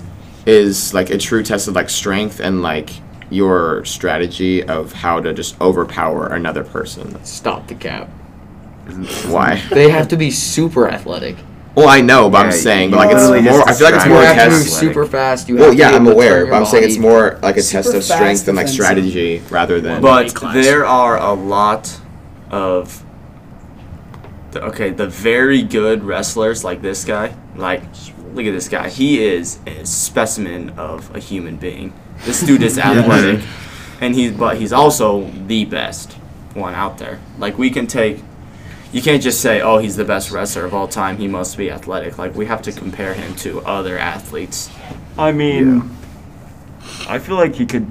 [SPEAKER 4] is like a true test of like strength and like your strategy of how to just overpower another person.
[SPEAKER 6] Stop the cap.
[SPEAKER 4] Why?
[SPEAKER 6] They have to be super athletic.
[SPEAKER 4] Well, I know, but
[SPEAKER 9] Yeah,
[SPEAKER 4] I'm saying,
[SPEAKER 9] you
[SPEAKER 4] but like
[SPEAKER 9] literally
[SPEAKER 4] it's
[SPEAKER 9] just
[SPEAKER 4] more. I feel like it's
[SPEAKER 9] described
[SPEAKER 4] more
[SPEAKER 6] You
[SPEAKER 4] a
[SPEAKER 9] it.
[SPEAKER 6] have to
[SPEAKER 9] Athletic.
[SPEAKER 6] move
[SPEAKER 4] test.
[SPEAKER 6] super fast. You have
[SPEAKER 4] Well,
[SPEAKER 6] to
[SPEAKER 4] yeah,
[SPEAKER 6] be
[SPEAKER 4] I'm
[SPEAKER 6] able to turn
[SPEAKER 4] aware,
[SPEAKER 6] your
[SPEAKER 4] but I'm saying it's
[SPEAKER 6] body.
[SPEAKER 4] more like a
[SPEAKER 5] Super
[SPEAKER 4] test of
[SPEAKER 5] fast
[SPEAKER 4] strength and like
[SPEAKER 5] defensive.
[SPEAKER 4] strategy rather than.
[SPEAKER 7] But
[SPEAKER 5] class.
[SPEAKER 7] there are a lot of. the- Okay, the very good wrestlers like this guy, like, look at this guy. He is a specimen of a human being. This dude is athletic, and he's but he's also the best one out there. Like we can take, you can't just say, oh, he's the best wrestler of all time. He must be athletic. Like we have to compare him to other athletes.
[SPEAKER 3] I mean, I feel like he could.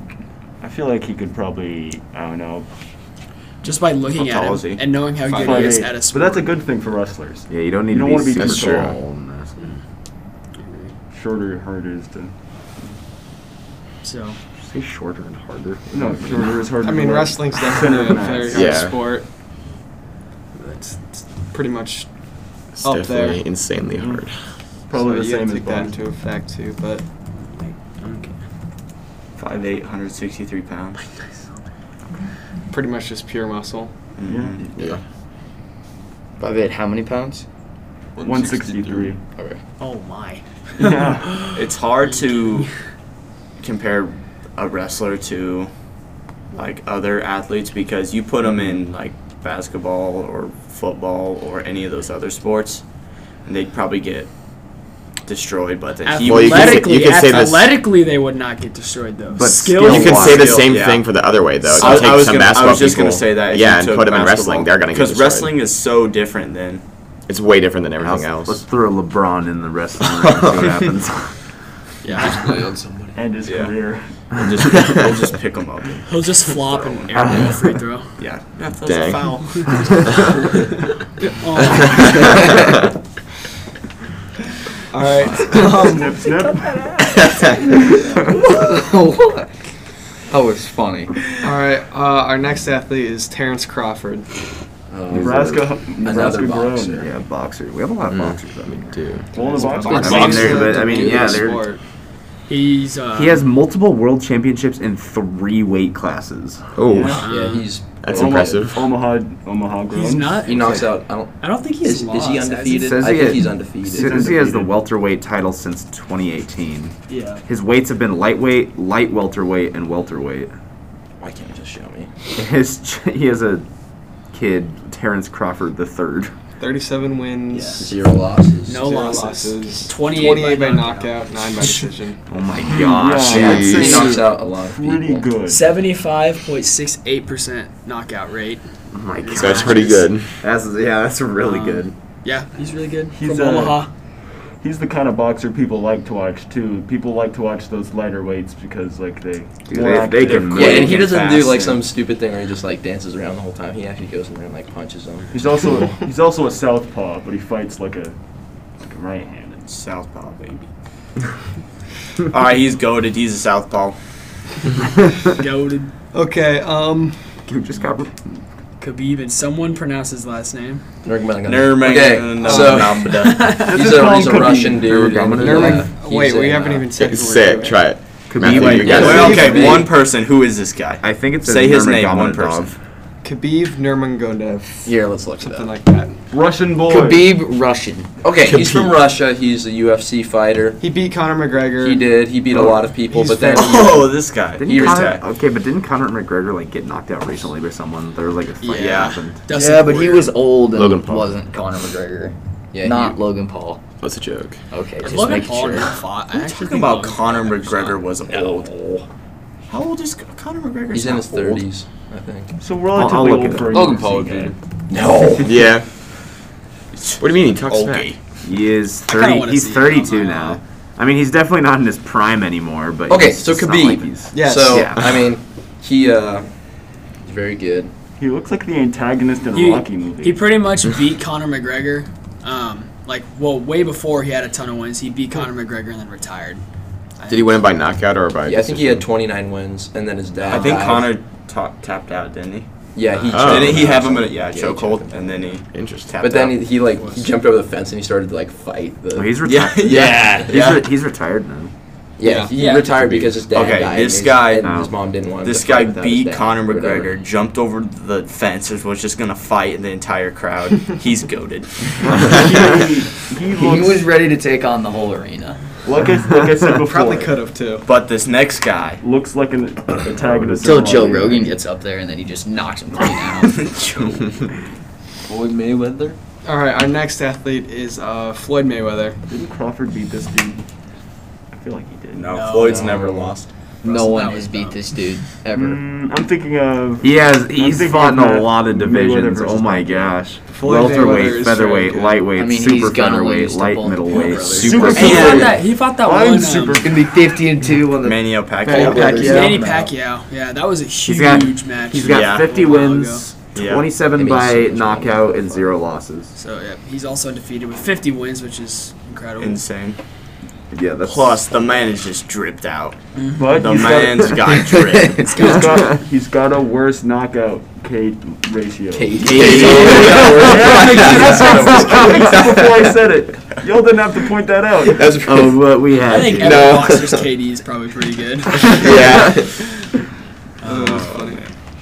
[SPEAKER 3] I feel like he could probably. I don't know.
[SPEAKER 5] Just by looking
[SPEAKER 7] How
[SPEAKER 5] at
[SPEAKER 7] tall
[SPEAKER 5] him
[SPEAKER 7] is he?
[SPEAKER 5] and knowing how good
[SPEAKER 3] five,
[SPEAKER 5] he is
[SPEAKER 3] eight.
[SPEAKER 5] at a
[SPEAKER 3] but
[SPEAKER 5] sport.
[SPEAKER 3] that's a good thing for wrestlers.
[SPEAKER 9] Yeah, you don't need
[SPEAKER 3] You don't
[SPEAKER 9] to be
[SPEAKER 3] wanna be
[SPEAKER 9] super
[SPEAKER 4] super tall.
[SPEAKER 9] tall in wrestling.
[SPEAKER 3] Shorter, harder is to.
[SPEAKER 5] So
[SPEAKER 9] Say shorter and harder.
[SPEAKER 3] No, shorter is harder.
[SPEAKER 2] I
[SPEAKER 3] to
[SPEAKER 2] mean,
[SPEAKER 3] work.
[SPEAKER 2] wrestling's
[SPEAKER 3] Center
[SPEAKER 2] definitely
[SPEAKER 3] of
[SPEAKER 2] a
[SPEAKER 3] mass.
[SPEAKER 2] very
[SPEAKER 4] Yeah.
[SPEAKER 2] hard sport. It's, it's pretty much
[SPEAKER 4] It's
[SPEAKER 2] up
[SPEAKER 4] definitely
[SPEAKER 2] there.
[SPEAKER 4] insanely hard.
[SPEAKER 3] Probably
[SPEAKER 2] so
[SPEAKER 3] the
[SPEAKER 2] you gotta
[SPEAKER 3] same as
[SPEAKER 2] take that
[SPEAKER 3] Bond.
[SPEAKER 2] into effect too. But
[SPEAKER 7] Five eight, hundred sixty three pounds.
[SPEAKER 2] pretty much just pure muscle.
[SPEAKER 7] Mhm.
[SPEAKER 4] Yeah.
[SPEAKER 6] By the way, how many pounds?
[SPEAKER 3] 163.
[SPEAKER 6] Okay.
[SPEAKER 5] oh my.
[SPEAKER 3] yeah.
[SPEAKER 7] It's hard to compare a wrestler to like other athletes because you put them in like basketball or football or any of those other sports, and they'd probably get destroyed. But that he
[SPEAKER 4] Well, you
[SPEAKER 7] would-
[SPEAKER 4] can say-
[SPEAKER 5] Athletically,
[SPEAKER 4] you can say this-
[SPEAKER 5] athletically, they would not get destroyed though.
[SPEAKER 9] But
[SPEAKER 5] skill,
[SPEAKER 4] You could say the
[SPEAKER 7] Skill,
[SPEAKER 4] same
[SPEAKER 7] yeah.
[SPEAKER 4] thing for the other way though.
[SPEAKER 7] I was,
[SPEAKER 4] Take
[SPEAKER 7] I was
[SPEAKER 4] some
[SPEAKER 7] gonna, I
[SPEAKER 4] basketball
[SPEAKER 7] was just going to
[SPEAKER 4] people,
[SPEAKER 7] say that. if
[SPEAKER 4] Yeah,
[SPEAKER 7] you
[SPEAKER 4] and
[SPEAKER 7] took
[SPEAKER 4] put them in
[SPEAKER 7] basketball-
[SPEAKER 4] wrestling. They're gonna get
[SPEAKER 7] because
[SPEAKER 4] destroyed.
[SPEAKER 7] wrestling is so different than
[SPEAKER 4] It's way different than everything
[SPEAKER 9] Let's- Let's
[SPEAKER 4] else.
[SPEAKER 9] throw LeBron in the wrestling ring and see what happens.
[SPEAKER 5] yeah,
[SPEAKER 8] Play on somebody.
[SPEAKER 3] And his
[SPEAKER 7] Yeah.
[SPEAKER 3] career.
[SPEAKER 7] we'll just we'll just pick them up. and-
[SPEAKER 5] he'll just flop and airball a free throw.
[SPEAKER 7] yeah, that's
[SPEAKER 4] Dang.
[SPEAKER 5] Oh,
[SPEAKER 2] All right.
[SPEAKER 3] snip, snip.
[SPEAKER 6] that was funny.
[SPEAKER 2] All right. Uh, our next athlete is Terrence Crawford.
[SPEAKER 10] Oh,
[SPEAKER 3] Nebraska. Nebraska
[SPEAKER 10] boxer.
[SPEAKER 3] grown.
[SPEAKER 9] yeah, boxer. We have a lot of boxers. I mean,
[SPEAKER 4] Dude.
[SPEAKER 3] Well, the
[SPEAKER 2] Boxing
[SPEAKER 3] boxers.
[SPEAKER 2] is
[SPEAKER 9] there, but, I mean,
[SPEAKER 2] the
[SPEAKER 9] yeah,
[SPEAKER 2] biggest
[SPEAKER 9] they're-
[SPEAKER 2] sport.
[SPEAKER 5] He's uh,
[SPEAKER 9] he has multiple world championships in three weight classes.
[SPEAKER 4] Oh,
[SPEAKER 10] Yeah,
[SPEAKER 2] Mm.
[SPEAKER 10] he's
[SPEAKER 4] that's
[SPEAKER 3] Omaha-
[SPEAKER 4] impressive.
[SPEAKER 3] Omaha, Omaha grown.
[SPEAKER 5] um, He's not.
[SPEAKER 10] he knocks out. I don't.
[SPEAKER 5] I don't think he's
[SPEAKER 10] Is, is
[SPEAKER 5] lost.
[SPEAKER 10] he
[SPEAKER 5] has
[SPEAKER 10] undefeated?
[SPEAKER 9] Says
[SPEAKER 10] I
[SPEAKER 9] he
[SPEAKER 10] think
[SPEAKER 9] had-
[SPEAKER 10] he's undefeated.
[SPEAKER 9] Says he has the
[SPEAKER 3] undefeated.
[SPEAKER 9] welterweight title since 2018.
[SPEAKER 5] Yeah.
[SPEAKER 9] His weights have been lightweight, light welterweight, and welterweight.
[SPEAKER 10] Why can't you just show me?
[SPEAKER 9] His ch- he has a kid, Terrence Crawford the third.
[SPEAKER 2] 37 wins,
[SPEAKER 10] Zero losses.
[SPEAKER 5] No
[SPEAKER 2] zero
[SPEAKER 5] losses.
[SPEAKER 2] losses,
[SPEAKER 5] 28 by
[SPEAKER 2] by
[SPEAKER 5] knockout.
[SPEAKER 2] knockout, 9 by decision.
[SPEAKER 9] Oh my gosh!
[SPEAKER 3] Yeah, I'd say
[SPEAKER 10] He
[SPEAKER 4] Jeez.
[SPEAKER 10] knocks out a lot of people.
[SPEAKER 3] Pretty good.
[SPEAKER 5] Seventy-five point six eight percent knockout rate.
[SPEAKER 9] Oh my gosh!
[SPEAKER 4] So that's pretty good.
[SPEAKER 9] That's yeah, that's really
[SPEAKER 5] Um,
[SPEAKER 9] good.
[SPEAKER 5] Yeah, he's really good
[SPEAKER 3] He's,
[SPEAKER 5] from
[SPEAKER 3] uh,
[SPEAKER 5] Omaha.
[SPEAKER 3] He's the kind of boxer people like to watch too. People like to watch those lighter weights because like they
[SPEAKER 9] Dude, they- they can
[SPEAKER 10] Yeah, and
[SPEAKER 9] Quick
[SPEAKER 10] he
[SPEAKER 9] and
[SPEAKER 10] doesn't do
[SPEAKER 9] fast
[SPEAKER 10] like
[SPEAKER 9] and-
[SPEAKER 10] some stupid thing where he just like dances around the whole time. He actually goes in there and like punches them.
[SPEAKER 3] He's also he's also a southpaw, but he fights like a, like a right-handed.
[SPEAKER 7] Southpaw, baby. All right, he's goaded. He's a southpaw.
[SPEAKER 5] Goaded
[SPEAKER 2] Okay, um,
[SPEAKER 9] Dude, just got
[SPEAKER 5] Khabib, and someone pronounced his last name.
[SPEAKER 10] Nurmagomedov.
[SPEAKER 7] Nurmagomedov.
[SPEAKER 10] Okay, so he's a, he's a
[SPEAKER 3] Nurmagomedov.
[SPEAKER 10] Russian dude. and he,
[SPEAKER 2] Nurmag-
[SPEAKER 10] uh, he's
[SPEAKER 2] wait, we
[SPEAKER 10] in,
[SPEAKER 2] haven't
[SPEAKER 10] uh,
[SPEAKER 2] even said who we're
[SPEAKER 4] Say it.
[SPEAKER 2] doing.
[SPEAKER 4] Try it.
[SPEAKER 9] Could
[SPEAKER 4] Matthew,
[SPEAKER 9] be like-
[SPEAKER 4] you got
[SPEAKER 9] Yeah,
[SPEAKER 4] it.
[SPEAKER 7] Well, okay,
[SPEAKER 10] Maybe.
[SPEAKER 7] one person. Who is this guy?
[SPEAKER 9] I think it's
[SPEAKER 7] Say his name, one
[SPEAKER 9] Nurmagomedov.
[SPEAKER 7] person.
[SPEAKER 2] Khabib Nurmagomedov,
[SPEAKER 10] uh, Here, let's look it
[SPEAKER 2] something
[SPEAKER 10] up.
[SPEAKER 2] like that.
[SPEAKER 3] Russian boy.
[SPEAKER 6] Khabib Russian.
[SPEAKER 10] Okay, he's from Russia. He's a UFC fighter.
[SPEAKER 2] He beat Conor McGregor.
[SPEAKER 10] He did. He beat a lot of people,
[SPEAKER 2] Oh, He's
[SPEAKER 10] but then
[SPEAKER 2] from-
[SPEAKER 7] Oh, this guy.
[SPEAKER 9] Didn't
[SPEAKER 10] Years
[SPEAKER 9] Conor,
[SPEAKER 10] back.
[SPEAKER 9] okay, but didn't Conor McGregor like get knocked out recently by someone? There was like a fight
[SPEAKER 7] Yeah.
[SPEAKER 9] that happened.
[SPEAKER 5] Dustin
[SPEAKER 6] yeah, but he
[SPEAKER 5] Poirier.
[SPEAKER 6] was old and
[SPEAKER 4] Logan Paul.
[SPEAKER 6] wasn't Conor McGregor.
[SPEAKER 10] yeah,
[SPEAKER 6] Not
[SPEAKER 10] he-
[SPEAKER 6] Logan Paul.
[SPEAKER 4] That's a joke.
[SPEAKER 6] Okay, just
[SPEAKER 5] Logan
[SPEAKER 6] making
[SPEAKER 5] Paul
[SPEAKER 6] sure.
[SPEAKER 5] never fought. I
[SPEAKER 7] I'm
[SPEAKER 5] actually
[SPEAKER 7] talking
[SPEAKER 5] think
[SPEAKER 7] about
[SPEAKER 5] Logan
[SPEAKER 7] Conor
[SPEAKER 5] Paul never
[SPEAKER 7] McGregor
[SPEAKER 5] fought.
[SPEAKER 7] was old. How old is Conor McGregor?
[SPEAKER 10] he's in his thirties, I think.
[SPEAKER 3] So
[SPEAKER 9] I'll
[SPEAKER 3] relatively
[SPEAKER 9] look it
[SPEAKER 3] old
[SPEAKER 9] up.
[SPEAKER 3] for a
[SPEAKER 10] Logan
[SPEAKER 3] UFC
[SPEAKER 10] Paul would
[SPEAKER 3] guy.
[SPEAKER 10] be. No.
[SPEAKER 4] Yeah. What do you mean he talks
[SPEAKER 7] Okay.
[SPEAKER 4] smack?
[SPEAKER 9] He is
[SPEAKER 5] I kinda
[SPEAKER 9] thirty.
[SPEAKER 5] wanna
[SPEAKER 9] He's
[SPEAKER 5] see it.
[SPEAKER 9] thirty-two
[SPEAKER 5] Uh,
[SPEAKER 9] now. I mean, he's definitely not in his prime anymore. But
[SPEAKER 10] Okay,
[SPEAKER 9] he's
[SPEAKER 10] so
[SPEAKER 9] it's not
[SPEAKER 10] Khabib.
[SPEAKER 9] like he's-
[SPEAKER 2] Yes.
[SPEAKER 10] So
[SPEAKER 9] Yeah.
[SPEAKER 10] I mean, he uh, he's very good.
[SPEAKER 3] He looks like the antagonist in a
[SPEAKER 5] He-
[SPEAKER 3] Rocky movie.
[SPEAKER 5] He pretty much beat Conor McGregor. Um, like well, way before he had a ton of wins, he beat Conor McGregor and then retired.
[SPEAKER 4] Did he win it by knockout or by?
[SPEAKER 10] Yeah, I think he
[SPEAKER 4] decision?
[SPEAKER 10] had 29 wins, and then his dad.
[SPEAKER 7] I think
[SPEAKER 10] died.
[SPEAKER 7] Conor ta- tapped out, didn't he?
[SPEAKER 10] Yeah, he.
[SPEAKER 4] Oh.
[SPEAKER 7] didn't he
[SPEAKER 10] choked.
[SPEAKER 7] have him in a yeah,
[SPEAKER 10] he
[SPEAKER 7] chokehold,
[SPEAKER 10] choked him.
[SPEAKER 7] and then he
[SPEAKER 4] Interesting.
[SPEAKER 7] tapped
[SPEAKER 10] But then
[SPEAKER 7] out?
[SPEAKER 10] he, he like he jumped over the fence and he started to like fight the.
[SPEAKER 9] Well, Oh, he's
[SPEAKER 7] yeah,
[SPEAKER 9] retired.
[SPEAKER 7] yeah,
[SPEAKER 9] He's,
[SPEAKER 7] yeah.
[SPEAKER 9] re- he's retired now.
[SPEAKER 10] yeah,
[SPEAKER 5] Yeah.
[SPEAKER 10] he
[SPEAKER 5] Yeah.
[SPEAKER 10] retired because his dad
[SPEAKER 7] Okay,
[SPEAKER 10] died. and
[SPEAKER 7] this
[SPEAKER 10] his-
[SPEAKER 7] guy-
[SPEAKER 10] and
[SPEAKER 9] No.
[SPEAKER 10] his mom didn't want him
[SPEAKER 7] This
[SPEAKER 10] to fight
[SPEAKER 7] guy
[SPEAKER 10] without
[SPEAKER 7] beat
[SPEAKER 10] his dad,
[SPEAKER 7] Conor
[SPEAKER 10] whatever.
[SPEAKER 7] McGregor, jumped over the fence, and was just gonna fight the entire crowd. He's goaded.
[SPEAKER 3] he, he
[SPEAKER 6] He
[SPEAKER 3] looks
[SPEAKER 6] was ready to take on the whole arena.
[SPEAKER 3] like I, like I said
[SPEAKER 2] Probably
[SPEAKER 3] before.
[SPEAKER 2] could have too.
[SPEAKER 7] But this next guy,
[SPEAKER 3] Looks like an antagonist. in a
[SPEAKER 6] Until Joe
[SPEAKER 3] Rocky movie.
[SPEAKER 6] Rogan gets up there and then he just knocks him clean out.
[SPEAKER 10] Floyd Mayweather.
[SPEAKER 2] All right, our next athlete is uh, Floyd Mayweather.
[SPEAKER 3] Didn't Crawford beat this dude? I feel like he did.
[SPEAKER 7] no,
[SPEAKER 5] No,
[SPEAKER 7] Floyd's
[SPEAKER 10] no.
[SPEAKER 7] never lost.
[SPEAKER 6] no
[SPEAKER 5] Russell,
[SPEAKER 6] one
[SPEAKER 5] that
[SPEAKER 6] has
[SPEAKER 5] was
[SPEAKER 6] beat
[SPEAKER 5] dumb.
[SPEAKER 6] this dude ever.
[SPEAKER 3] Mm, I'm thinking of.
[SPEAKER 9] He has. He's
[SPEAKER 3] thinking
[SPEAKER 9] fought in a
[SPEAKER 3] Matt
[SPEAKER 9] lot of
[SPEAKER 3] Mayweather
[SPEAKER 9] divisions.
[SPEAKER 3] versus
[SPEAKER 9] Oh my
[SPEAKER 3] Pacquiao.
[SPEAKER 9] gosh.
[SPEAKER 2] Floyd Mayweather
[SPEAKER 9] Welterweight,
[SPEAKER 2] is very
[SPEAKER 9] featherweight,
[SPEAKER 2] good.
[SPEAKER 9] lightweight,
[SPEAKER 6] I mean, he's
[SPEAKER 9] super
[SPEAKER 6] gonna
[SPEAKER 9] featherweight,
[SPEAKER 6] lose to
[SPEAKER 9] light
[SPEAKER 6] both
[SPEAKER 9] middleweight,
[SPEAKER 6] brothers.
[SPEAKER 9] super.
[SPEAKER 5] And he fought
[SPEAKER 3] Floyd.
[SPEAKER 5] that. He fought that
[SPEAKER 3] I'm
[SPEAKER 5] one.
[SPEAKER 3] super.
[SPEAKER 5] Um,
[SPEAKER 6] Gonna be fifty and two on
[SPEAKER 7] Manny Pacquiao.
[SPEAKER 6] Pacquiao.
[SPEAKER 5] Pacquiao.
[SPEAKER 6] Yeah.
[SPEAKER 5] Manny Pacquiao. Yeah, that was a huge
[SPEAKER 9] He's got-
[SPEAKER 5] match.
[SPEAKER 9] He's got
[SPEAKER 7] Yeah.
[SPEAKER 9] 50
[SPEAKER 5] A while
[SPEAKER 9] wins,
[SPEAKER 7] ago. Yeah.
[SPEAKER 9] 27
[SPEAKER 10] Maybe he's
[SPEAKER 9] by
[SPEAKER 10] super
[SPEAKER 9] knockout,
[SPEAKER 10] strong.
[SPEAKER 9] and zero losses.
[SPEAKER 5] So yeah, he's also undefeated with 50 wins, which is incredible.
[SPEAKER 7] Insane.
[SPEAKER 9] Yeah, that's
[SPEAKER 7] Plus, the man is just dripped out.
[SPEAKER 3] But
[SPEAKER 7] The
[SPEAKER 3] he's got-
[SPEAKER 7] man's got dripped.
[SPEAKER 3] he's got he's got a worse knockout K ratio. before I said it. Y'all didn't have to point that out.
[SPEAKER 4] That's
[SPEAKER 9] Oh, what we
[SPEAKER 5] I
[SPEAKER 9] have.
[SPEAKER 5] think
[SPEAKER 9] here.
[SPEAKER 5] every
[SPEAKER 4] No.
[SPEAKER 5] boxer's KD is probably pretty good.
[SPEAKER 4] yeah.
[SPEAKER 2] Oh,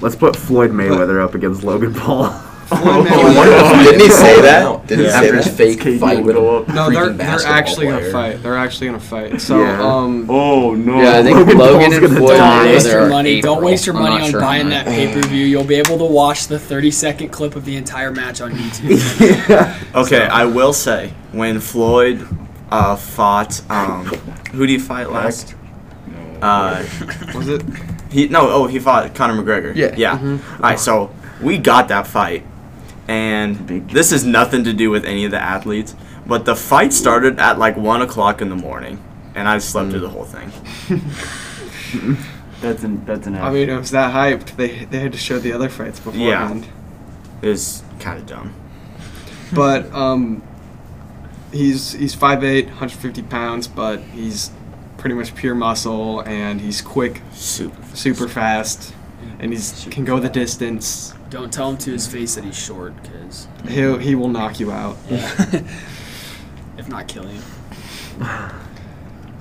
[SPEAKER 9] Let's put Floyd Mayweather up against Logan Paul.
[SPEAKER 2] Floyd Mayweather.
[SPEAKER 4] Didn't he say
[SPEAKER 10] No,
[SPEAKER 4] that? Didn't he say
[SPEAKER 10] after his
[SPEAKER 4] that?
[SPEAKER 10] fake
[SPEAKER 3] KD
[SPEAKER 10] fight
[SPEAKER 3] will
[SPEAKER 10] with
[SPEAKER 3] go
[SPEAKER 10] him.
[SPEAKER 3] up.
[SPEAKER 2] No, they're,
[SPEAKER 10] Freaking
[SPEAKER 2] they're
[SPEAKER 10] basketball
[SPEAKER 2] actually gonna
[SPEAKER 10] player.
[SPEAKER 2] fight. They're actually gonna fight. So
[SPEAKER 9] Yeah.
[SPEAKER 2] um,
[SPEAKER 3] Oh no!
[SPEAKER 6] Yeah, I think Logan,
[SPEAKER 9] Paul's
[SPEAKER 6] and
[SPEAKER 9] gonna
[SPEAKER 6] Floyd
[SPEAKER 9] die.
[SPEAKER 5] Don't waste
[SPEAKER 6] Mayweather
[SPEAKER 5] your
[SPEAKER 6] are
[SPEAKER 5] money. Don't
[SPEAKER 6] April.
[SPEAKER 5] waste your
[SPEAKER 6] I'm
[SPEAKER 5] money
[SPEAKER 6] not
[SPEAKER 5] on
[SPEAKER 6] sure
[SPEAKER 5] buying that pay per view. You'll be able to watch the 30 second clip of the entire match on YouTube.
[SPEAKER 7] Okay, I will say when Floyd uh, fought, um, who do you fight last?
[SPEAKER 3] No.
[SPEAKER 7] Uh,
[SPEAKER 2] was it?
[SPEAKER 7] he no, oh he fought Conor McGregor.
[SPEAKER 6] Yeah.
[SPEAKER 7] yeah. All right, so we got that fight,
[SPEAKER 3] Big-
[SPEAKER 7] and this is nothing to do with any of the athletes, but the fight started at like one o'clock in the morning, and I slept through the whole thing.
[SPEAKER 3] that's an that's an.
[SPEAKER 2] I mean, it was that hyped. They they had to show the other fights beforehand.
[SPEAKER 7] It was kind of dumb.
[SPEAKER 2] But um, he's he's 5'8", 150 pounds, but he's pretty much pure muscle, and he's quick,
[SPEAKER 7] Super.
[SPEAKER 2] super fast, and he's can go the distance.
[SPEAKER 5] Don't tell him to his face that he's short, because
[SPEAKER 2] He will he will knock you out.
[SPEAKER 5] if not kill him.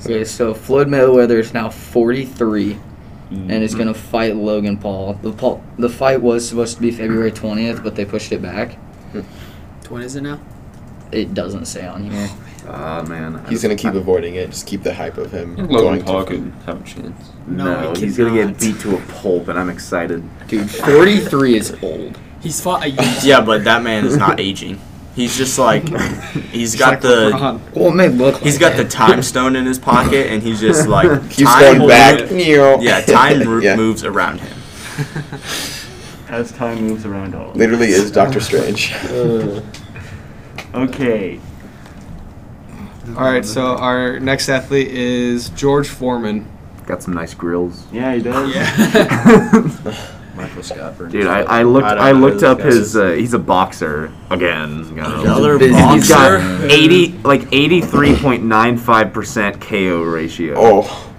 [SPEAKER 6] Okay, so Floyd Mayweather is now 43 and
[SPEAKER 9] Mm-hmm.
[SPEAKER 6] is going to fight Logan Paul. The Paul, the fight was supposed to be February 20th, but they pushed it back.
[SPEAKER 5] What is it now?
[SPEAKER 6] It doesn't say on here.
[SPEAKER 9] Ah man,
[SPEAKER 4] He's gonna keep avoiding it. Just keep the hype of him
[SPEAKER 8] Logan
[SPEAKER 4] going
[SPEAKER 8] Paul
[SPEAKER 4] to.
[SPEAKER 8] could have a chance.
[SPEAKER 9] No,
[SPEAKER 5] No, he
[SPEAKER 9] he's gonna
[SPEAKER 5] cannot.
[SPEAKER 9] get beat to a pulp, and I'm excited.
[SPEAKER 6] Dude, 43 is old.
[SPEAKER 5] He's fought a youth.
[SPEAKER 7] Yeah, but that man is not aging. He's just like he's got the
[SPEAKER 6] Well, it may look like
[SPEAKER 7] he's got the
[SPEAKER 6] that.
[SPEAKER 7] time stone in his pocket, and he's just like
[SPEAKER 4] Keeps
[SPEAKER 7] time
[SPEAKER 4] going back.
[SPEAKER 7] Yeah, time ro-
[SPEAKER 4] Yeah.
[SPEAKER 7] moves around him.
[SPEAKER 3] As time moves around, all. of us.
[SPEAKER 4] Literally is Doctor Strange.
[SPEAKER 3] Okay.
[SPEAKER 2] All right, so our next athlete is George Foreman.
[SPEAKER 9] Got some nice grills.
[SPEAKER 3] Yeah, he does.
[SPEAKER 10] Michael Scott. Burns
[SPEAKER 9] Dude, I, I looked
[SPEAKER 4] I don't
[SPEAKER 9] I,
[SPEAKER 4] know
[SPEAKER 9] looked
[SPEAKER 4] who
[SPEAKER 9] up
[SPEAKER 4] this guy
[SPEAKER 9] his. Uh, he's a boxer again. Got a-
[SPEAKER 7] Another
[SPEAKER 6] Busy
[SPEAKER 9] He's
[SPEAKER 7] boxer.
[SPEAKER 9] got eighty like eighty three point nine five percent KO ratio.
[SPEAKER 4] oh,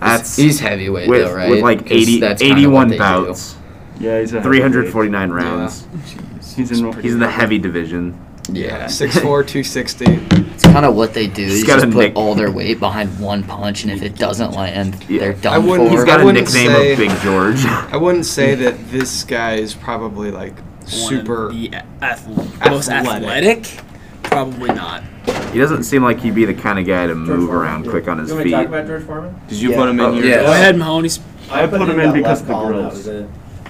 [SPEAKER 9] that's
[SPEAKER 6] He's heavyweight,
[SPEAKER 9] with,
[SPEAKER 6] though, right?
[SPEAKER 9] with like
[SPEAKER 6] 'Cause
[SPEAKER 9] 80,
[SPEAKER 6] that's kinda what
[SPEAKER 9] 81
[SPEAKER 6] they do.
[SPEAKER 9] bouts,
[SPEAKER 3] Yeah, he's a
[SPEAKER 9] three hundred forty nine rounds.
[SPEAKER 3] heavyweight. He's in.
[SPEAKER 9] He's in the heavy division.
[SPEAKER 6] Yeah.
[SPEAKER 2] 6'4", 260.
[SPEAKER 6] It's kind of what they do. They
[SPEAKER 9] He's
[SPEAKER 6] just
[SPEAKER 9] got a
[SPEAKER 6] put
[SPEAKER 9] nick-
[SPEAKER 6] all their weight behind one punch, and if it doesn't land,
[SPEAKER 9] Yeah.
[SPEAKER 6] they're
[SPEAKER 2] I
[SPEAKER 6] done
[SPEAKER 2] wouldn't-
[SPEAKER 6] for.
[SPEAKER 9] He's got a
[SPEAKER 2] wouldn't
[SPEAKER 9] nickname
[SPEAKER 2] say-
[SPEAKER 9] of Big George.
[SPEAKER 2] I wouldn't say that this guy is probably like super.
[SPEAKER 5] The ath- most
[SPEAKER 2] Athletic.
[SPEAKER 5] athletic? Probably not.
[SPEAKER 9] he doesn't seem like he'd be the kind of guy to move around quick on his feet.
[SPEAKER 8] George Foreman?
[SPEAKER 7] Did you
[SPEAKER 8] Yeah.
[SPEAKER 7] put him in
[SPEAKER 9] Oh,
[SPEAKER 7] your?
[SPEAKER 10] yeah.
[SPEAKER 5] Go ahead, Mahoney.
[SPEAKER 3] I put him in because of the grills.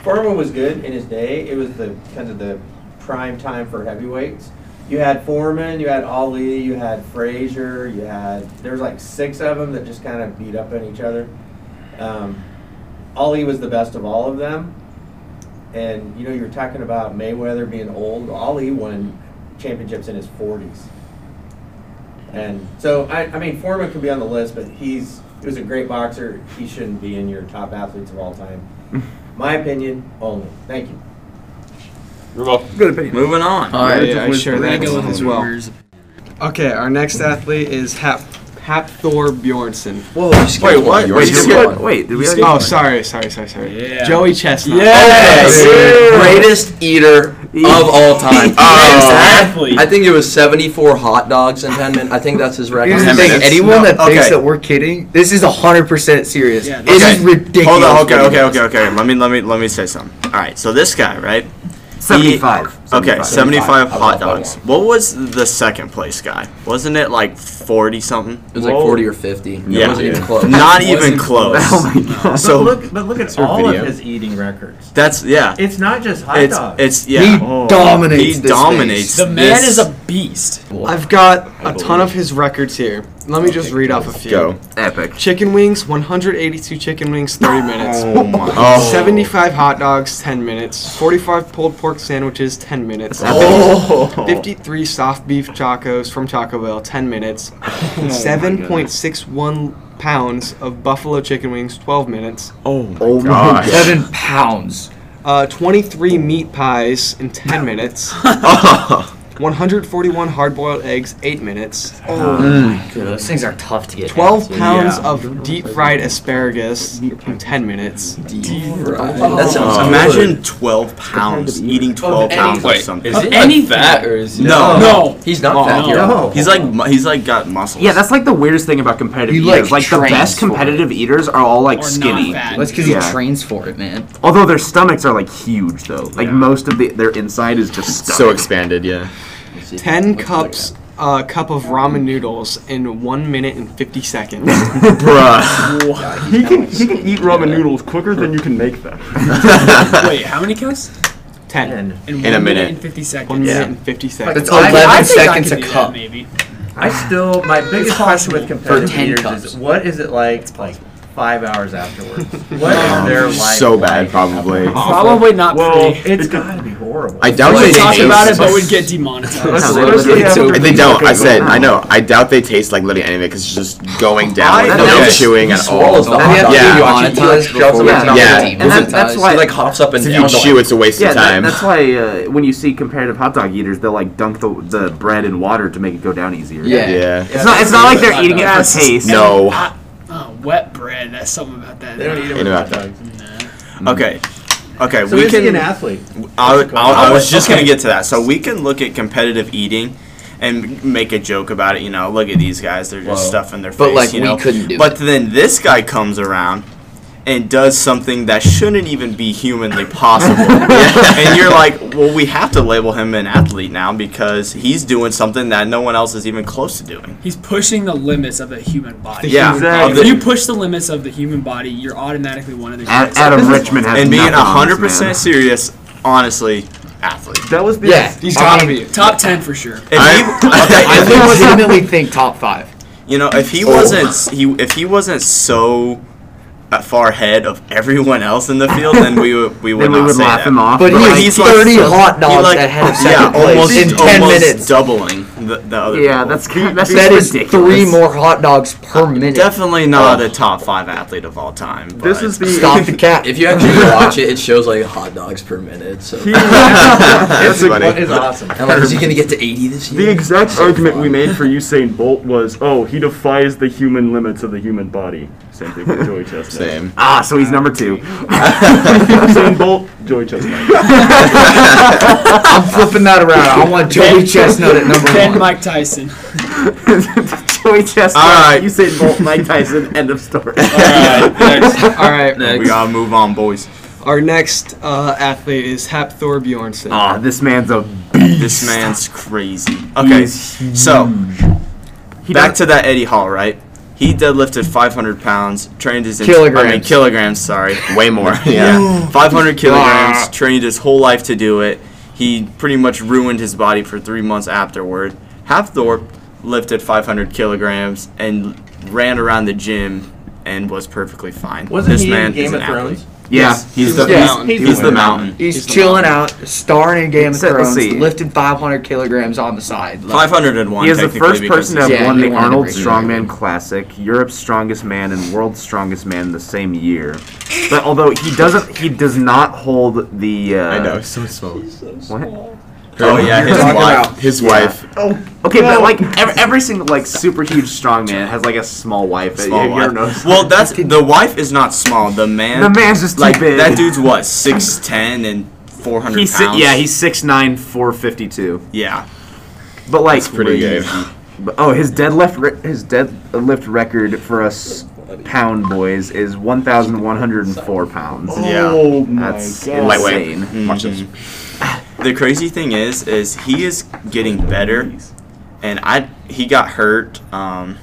[SPEAKER 11] Foreman was good in his day. It was the kind of the prime time for heavyweights. You had Foreman, you had Ali, you had Frazier, you had there was like six of them that just kind of beat up on each other. Um, Ali was the best of all of them, and you know you were talking about Mayweather being old. Ali won championships in his forties, and so I, I mean Foreman could be on the list, but he's he was a great boxer. He shouldn't be in your top athletes of all time. My opinion only. Thank you.
[SPEAKER 1] Move off.
[SPEAKER 9] Good opinion.
[SPEAKER 7] Moving on.
[SPEAKER 2] All right, yeah, I
[SPEAKER 9] George
[SPEAKER 2] share that
[SPEAKER 9] Foreman.
[SPEAKER 2] as well. Okay, our next athlete is Hap Hap Thor Bjornsson.
[SPEAKER 6] Whoa, just
[SPEAKER 7] Wait, what?
[SPEAKER 9] Wait,
[SPEAKER 7] Wait,
[SPEAKER 9] did we,
[SPEAKER 7] what?
[SPEAKER 9] wait, did we? already-
[SPEAKER 2] Oh, sorry, sorry, sorry, sorry.
[SPEAKER 5] Yeah.
[SPEAKER 2] Joey Chestnut.
[SPEAKER 10] Greatest eater of all time.
[SPEAKER 4] Oh,
[SPEAKER 1] Athlete.
[SPEAKER 10] I think it was 74 hot dogs in 10 minutes. I think that's his record.
[SPEAKER 4] Here's the thing,
[SPEAKER 10] anyone that
[SPEAKER 7] thinks Okay. that
[SPEAKER 10] we're kidding, this is 100% serious.
[SPEAKER 5] Yeah,
[SPEAKER 10] It is
[SPEAKER 7] Okay.
[SPEAKER 10] ridiculous.
[SPEAKER 7] Hold on. Okay. Okay. Okay. Okay. Let me. Let me. Let me say something. All right. So this guy, right?
[SPEAKER 9] Seventy-five.
[SPEAKER 7] Okay, 75
[SPEAKER 10] I
[SPEAKER 7] hot
[SPEAKER 10] love that
[SPEAKER 7] dogs. What was the second place guy? Wasn't it like 40 something?
[SPEAKER 10] It was like
[SPEAKER 3] Whoa.
[SPEAKER 10] 40 or 50.
[SPEAKER 7] Yeah.
[SPEAKER 10] It wasn't even close.
[SPEAKER 7] Not even
[SPEAKER 10] Wasn't
[SPEAKER 7] close.
[SPEAKER 9] Oh my god.
[SPEAKER 7] So
[SPEAKER 11] look, but look at
[SPEAKER 4] there a video?
[SPEAKER 11] eating records.
[SPEAKER 7] that's yeah.
[SPEAKER 11] It's not just hot
[SPEAKER 7] It's it's yeah.
[SPEAKER 10] He
[SPEAKER 3] Oh.
[SPEAKER 10] dominates.
[SPEAKER 7] He
[SPEAKER 10] this thing.
[SPEAKER 7] dominates.
[SPEAKER 5] The man
[SPEAKER 7] this-
[SPEAKER 5] is a beast.
[SPEAKER 2] I've got a ton
[SPEAKER 7] believe
[SPEAKER 2] of his records here. Let me just read off a few.
[SPEAKER 4] go.
[SPEAKER 9] Epic.
[SPEAKER 2] Chicken wings, 182 chicken wings, 30 minutes.
[SPEAKER 7] Oh my.
[SPEAKER 2] 75 hot dogs, 10 minutes. 45 pulled pork sandwiches, 10 minutes.
[SPEAKER 7] Oh.
[SPEAKER 2] 53 soft beef tacos from Taco Bell, 10 minutes. 7.61 pounds of buffalo chicken wings, 12 minutes.
[SPEAKER 4] Oh my god.
[SPEAKER 6] seven pounds.
[SPEAKER 2] Uh, 23 meat pies in 10 minutes. 141 hard boiled eggs, 8 minutes.
[SPEAKER 6] Dude, those things are tough to get.
[SPEAKER 2] 12 pounds of deep fried asparagus in 10 minutes.
[SPEAKER 10] That sounds
[SPEAKER 7] Oh.
[SPEAKER 10] good.
[SPEAKER 7] Imagine 12 pounds eating 12 pounds of
[SPEAKER 1] Wait,
[SPEAKER 7] something.
[SPEAKER 1] is he
[SPEAKER 5] anything.
[SPEAKER 1] like fat or is he?
[SPEAKER 7] No.
[SPEAKER 5] No.
[SPEAKER 10] He's not fat.
[SPEAKER 5] no.
[SPEAKER 10] You're right.
[SPEAKER 7] He's like mu- he's like got muscles.
[SPEAKER 9] Yeah, that's like the weirdest thing about competitive
[SPEAKER 6] He, like,
[SPEAKER 9] eaters. Like, the
[SPEAKER 6] trains
[SPEAKER 9] best
[SPEAKER 6] for it.
[SPEAKER 9] competitive eaters are all like
[SPEAKER 5] Or
[SPEAKER 9] skinny.
[SPEAKER 5] not fat.
[SPEAKER 6] That's because
[SPEAKER 9] Yeah.
[SPEAKER 6] he trains for it, man.
[SPEAKER 9] Although their stomachs are like huge though. Like most of the, their inside is just
[SPEAKER 4] So
[SPEAKER 9] stomach.
[SPEAKER 4] expanded, yeah.
[SPEAKER 2] 10 cups, a cup of ramen noodles in 1 minute and 50 seconds.
[SPEAKER 4] Bruh.
[SPEAKER 3] He can he can eat ramen noodles quicker than you can make them.
[SPEAKER 5] Wait, how many counts?
[SPEAKER 2] 10.
[SPEAKER 5] In,
[SPEAKER 4] a
[SPEAKER 5] one
[SPEAKER 4] minute.
[SPEAKER 5] and 50 seconds.
[SPEAKER 2] 1 minute and 50 seconds.
[SPEAKER 10] That's 11
[SPEAKER 5] think I
[SPEAKER 10] seconds
[SPEAKER 5] could
[SPEAKER 10] a
[SPEAKER 5] do that,
[SPEAKER 10] cup.
[SPEAKER 5] maybe.
[SPEAKER 11] I still my biggest question with competitive
[SPEAKER 6] 10
[SPEAKER 11] eaters
[SPEAKER 6] cups.
[SPEAKER 11] is what is it like like five hours afterwards? What is their life?
[SPEAKER 4] So bad,
[SPEAKER 11] like?
[SPEAKER 4] probably.
[SPEAKER 5] Probably not
[SPEAKER 3] Well,
[SPEAKER 5] pretty.
[SPEAKER 11] It's gotta be horrible.
[SPEAKER 4] I doubt
[SPEAKER 5] We
[SPEAKER 4] they
[SPEAKER 5] talk
[SPEAKER 4] taste.
[SPEAKER 5] about it, but we'd
[SPEAKER 4] get.
[SPEAKER 5] get
[SPEAKER 3] That's
[SPEAKER 5] demonetized.
[SPEAKER 9] little
[SPEAKER 3] seriously
[SPEAKER 9] bit
[SPEAKER 3] after
[SPEAKER 9] too-
[SPEAKER 3] the
[SPEAKER 4] They don't. I
[SPEAKER 3] fucking
[SPEAKER 4] said.
[SPEAKER 3] round.
[SPEAKER 4] I know. I doubt they taste like literally anything because it's just going down.
[SPEAKER 10] I
[SPEAKER 4] with
[SPEAKER 10] know.
[SPEAKER 4] no
[SPEAKER 10] Yeah.
[SPEAKER 4] chewing
[SPEAKER 10] He
[SPEAKER 4] at all.
[SPEAKER 10] swallows the hot dog.
[SPEAKER 4] Yeah.
[SPEAKER 10] You watch it, he
[SPEAKER 6] Yeah.
[SPEAKER 10] just shoves them in his
[SPEAKER 4] Yeah.
[SPEAKER 10] mouth.
[SPEAKER 4] Yeah.
[SPEAKER 9] And that- that's why-
[SPEAKER 10] He like hops up and
[SPEAKER 4] If
[SPEAKER 10] down.
[SPEAKER 4] you
[SPEAKER 10] the-
[SPEAKER 4] chew, it's a waste
[SPEAKER 9] Yeah,
[SPEAKER 4] of
[SPEAKER 9] that,
[SPEAKER 4] time.
[SPEAKER 9] that's why uh, when you see comparative hot dog eaters, they'll like dunk the, the bread in water to make it go down easier.
[SPEAKER 6] Yeah.
[SPEAKER 4] yeah.
[SPEAKER 9] It's not. It's not like they're eating it for
[SPEAKER 5] That's-
[SPEAKER 9] taste.
[SPEAKER 4] No.
[SPEAKER 5] Oh, wet bread. That's something about that.
[SPEAKER 4] Ain't about that.
[SPEAKER 7] Okay. Okay,
[SPEAKER 11] So
[SPEAKER 7] we
[SPEAKER 11] is
[SPEAKER 7] can
[SPEAKER 11] he an athlete?
[SPEAKER 7] I, would- I, I was just
[SPEAKER 5] Okay.
[SPEAKER 7] gonna get to that. So we can look at competitive eating and make a joke about it. You know, look at these guys; they're just
[SPEAKER 10] Whoa.
[SPEAKER 7] stuffing their face.
[SPEAKER 10] But, like,
[SPEAKER 7] you
[SPEAKER 10] we
[SPEAKER 7] know?
[SPEAKER 10] couldn't do
[SPEAKER 7] But then this guy comes around and does something that shouldn't even be humanly possible, and you're like, well, we have to label him an athlete now because he's doing something that no one else is even close to doing.
[SPEAKER 5] He's pushing the limits of the human body.
[SPEAKER 7] Yeah,
[SPEAKER 5] If you push the limits of the human body, you're automatically one of the.
[SPEAKER 3] Ad-
[SPEAKER 5] greatest
[SPEAKER 3] Adam
[SPEAKER 5] athletes.
[SPEAKER 3] Richmond has
[SPEAKER 7] and being
[SPEAKER 3] nothing on this
[SPEAKER 7] hundred percent serious, honestly, athlete.
[SPEAKER 3] That was
[SPEAKER 5] Yeah,
[SPEAKER 7] he's
[SPEAKER 5] top, top ten for sure.
[SPEAKER 7] I,
[SPEAKER 9] Oh,
[SPEAKER 6] legitimately think top five.
[SPEAKER 7] You know, if he
[SPEAKER 6] Oh.
[SPEAKER 7] wasn't s- he if he wasn't so uh, far ahead of everyone else in the field, then we would we would
[SPEAKER 3] Then we
[SPEAKER 7] not
[SPEAKER 3] would
[SPEAKER 7] say
[SPEAKER 3] laugh
[SPEAKER 7] that.
[SPEAKER 3] him off.
[SPEAKER 6] But he's 30
[SPEAKER 7] so-
[SPEAKER 6] hot
[SPEAKER 7] he
[SPEAKER 6] dogs ahead of
[SPEAKER 7] yeah,
[SPEAKER 6] second place
[SPEAKER 7] almost,
[SPEAKER 6] in 10
[SPEAKER 7] almost
[SPEAKER 6] minutes.
[SPEAKER 7] doubling the, the other.
[SPEAKER 3] Yeah,
[SPEAKER 7] people.
[SPEAKER 3] that's kind- that's
[SPEAKER 6] That
[SPEAKER 3] just
[SPEAKER 6] is three more hot dogs per minute.
[SPEAKER 7] Definitely not a top five athlete of all time.
[SPEAKER 10] This
[SPEAKER 7] but-
[SPEAKER 10] is
[SPEAKER 6] the- Stop the cap.
[SPEAKER 10] If you actually watch it, it shows like hot dogs per minute. So
[SPEAKER 3] That's funny.
[SPEAKER 10] It's awesome. I'm like, is he gonna get to 80 this year?
[SPEAKER 3] The exact
[SPEAKER 10] So
[SPEAKER 3] argument
[SPEAKER 10] fun.
[SPEAKER 3] we made for Usain Bolt was, oh, he defies the human limits of the human body. Same thing with Joey Chestnut.
[SPEAKER 4] Same.
[SPEAKER 9] Ah, so he's number two.
[SPEAKER 3] Usain Bolt, Joey Chestnut.
[SPEAKER 6] I'm flipping that around. I want Joey Chestnut at number
[SPEAKER 5] Then
[SPEAKER 6] one.
[SPEAKER 5] Mike Tyson.
[SPEAKER 9] Joey Chestnut,
[SPEAKER 7] All right.
[SPEAKER 9] Usain Bolt, Mike Tyson. End of story.
[SPEAKER 2] All right.
[SPEAKER 7] we gotta move on, boys.
[SPEAKER 2] Our next uh, athlete is Hap Thor Bjornsson.
[SPEAKER 9] Ah, this man's a
[SPEAKER 7] This man's crazy. Okay, so back to that Eddie Hall, right? He deadlifted 500 pounds, trained his ent- I mean
[SPEAKER 4] Kilograms.
[SPEAKER 7] kilograms. Sorry,
[SPEAKER 4] Way more. Yeah.
[SPEAKER 7] 500 kilograms,
[SPEAKER 4] Ah.
[SPEAKER 7] trained his whole life to do it. He pretty much ruined his body for three months afterward. Hapthorpe lifted 500 kilograms and ran around the gym and was perfectly fine.
[SPEAKER 11] Wasn't
[SPEAKER 7] this
[SPEAKER 11] he
[SPEAKER 7] man
[SPEAKER 11] in Game
[SPEAKER 7] is
[SPEAKER 11] of
[SPEAKER 7] an athlete.
[SPEAKER 11] Thrones?
[SPEAKER 9] Yeah.
[SPEAKER 7] He's the
[SPEAKER 6] Yeah.
[SPEAKER 7] mountain. He's, the mountain.
[SPEAKER 6] He's,
[SPEAKER 2] He's the
[SPEAKER 6] chilling out, starring in Game of
[SPEAKER 9] Except- let's
[SPEAKER 6] Thrones,
[SPEAKER 9] see.
[SPEAKER 6] lifted 500 kilograms on the side. Like,
[SPEAKER 7] 501.
[SPEAKER 9] He is the
[SPEAKER 7] technically,
[SPEAKER 9] first
[SPEAKER 7] because
[SPEAKER 9] person to
[SPEAKER 7] he's-
[SPEAKER 9] have
[SPEAKER 6] Yeah,
[SPEAKER 9] won
[SPEAKER 6] he
[SPEAKER 9] the
[SPEAKER 6] won the
[SPEAKER 9] Arnold
[SPEAKER 6] British
[SPEAKER 9] Strongman Classic, Europe's Strongest Man, and World's Strongest Man the same year. But although he doesn't, he does not hold the. Uh,
[SPEAKER 4] I know. It's so small.
[SPEAKER 9] What?
[SPEAKER 7] Oh yeah, his
[SPEAKER 6] Talking
[SPEAKER 7] wife.
[SPEAKER 6] about-
[SPEAKER 4] His
[SPEAKER 9] Yeah.
[SPEAKER 4] wife.
[SPEAKER 9] Okay, but like every, every single like super huge strongman has like a small wife. that
[SPEAKER 7] Small
[SPEAKER 9] you- you
[SPEAKER 7] wife.
[SPEAKER 9] don't notice.
[SPEAKER 7] Well, that's the wife is not small. The man,
[SPEAKER 9] The man's just too
[SPEAKER 7] like
[SPEAKER 9] big.
[SPEAKER 7] that dude's what six ten and four hundred
[SPEAKER 9] He's
[SPEAKER 7] pounds.
[SPEAKER 9] si- yeah, he's six nine, four fifty two.
[SPEAKER 7] yeah.
[SPEAKER 9] But like
[SPEAKER 4] That's pretty good.
[SPEAKER 9] But, oh, his deadlift re- his deadlift record for us pound boys is one thousand one hundred and four pounds.
[SPEAKER 7] Yeah.
[SPEAKER 3] Oh
[SPEAKER 9] That's
[SPEAKER 4] Lightweight.
[SPEAKER 9] insane.
[SPEAKER 4] Watch this.
[SPEAKER 7] The crazy thing is, is he is getting better, and I he got hurt um,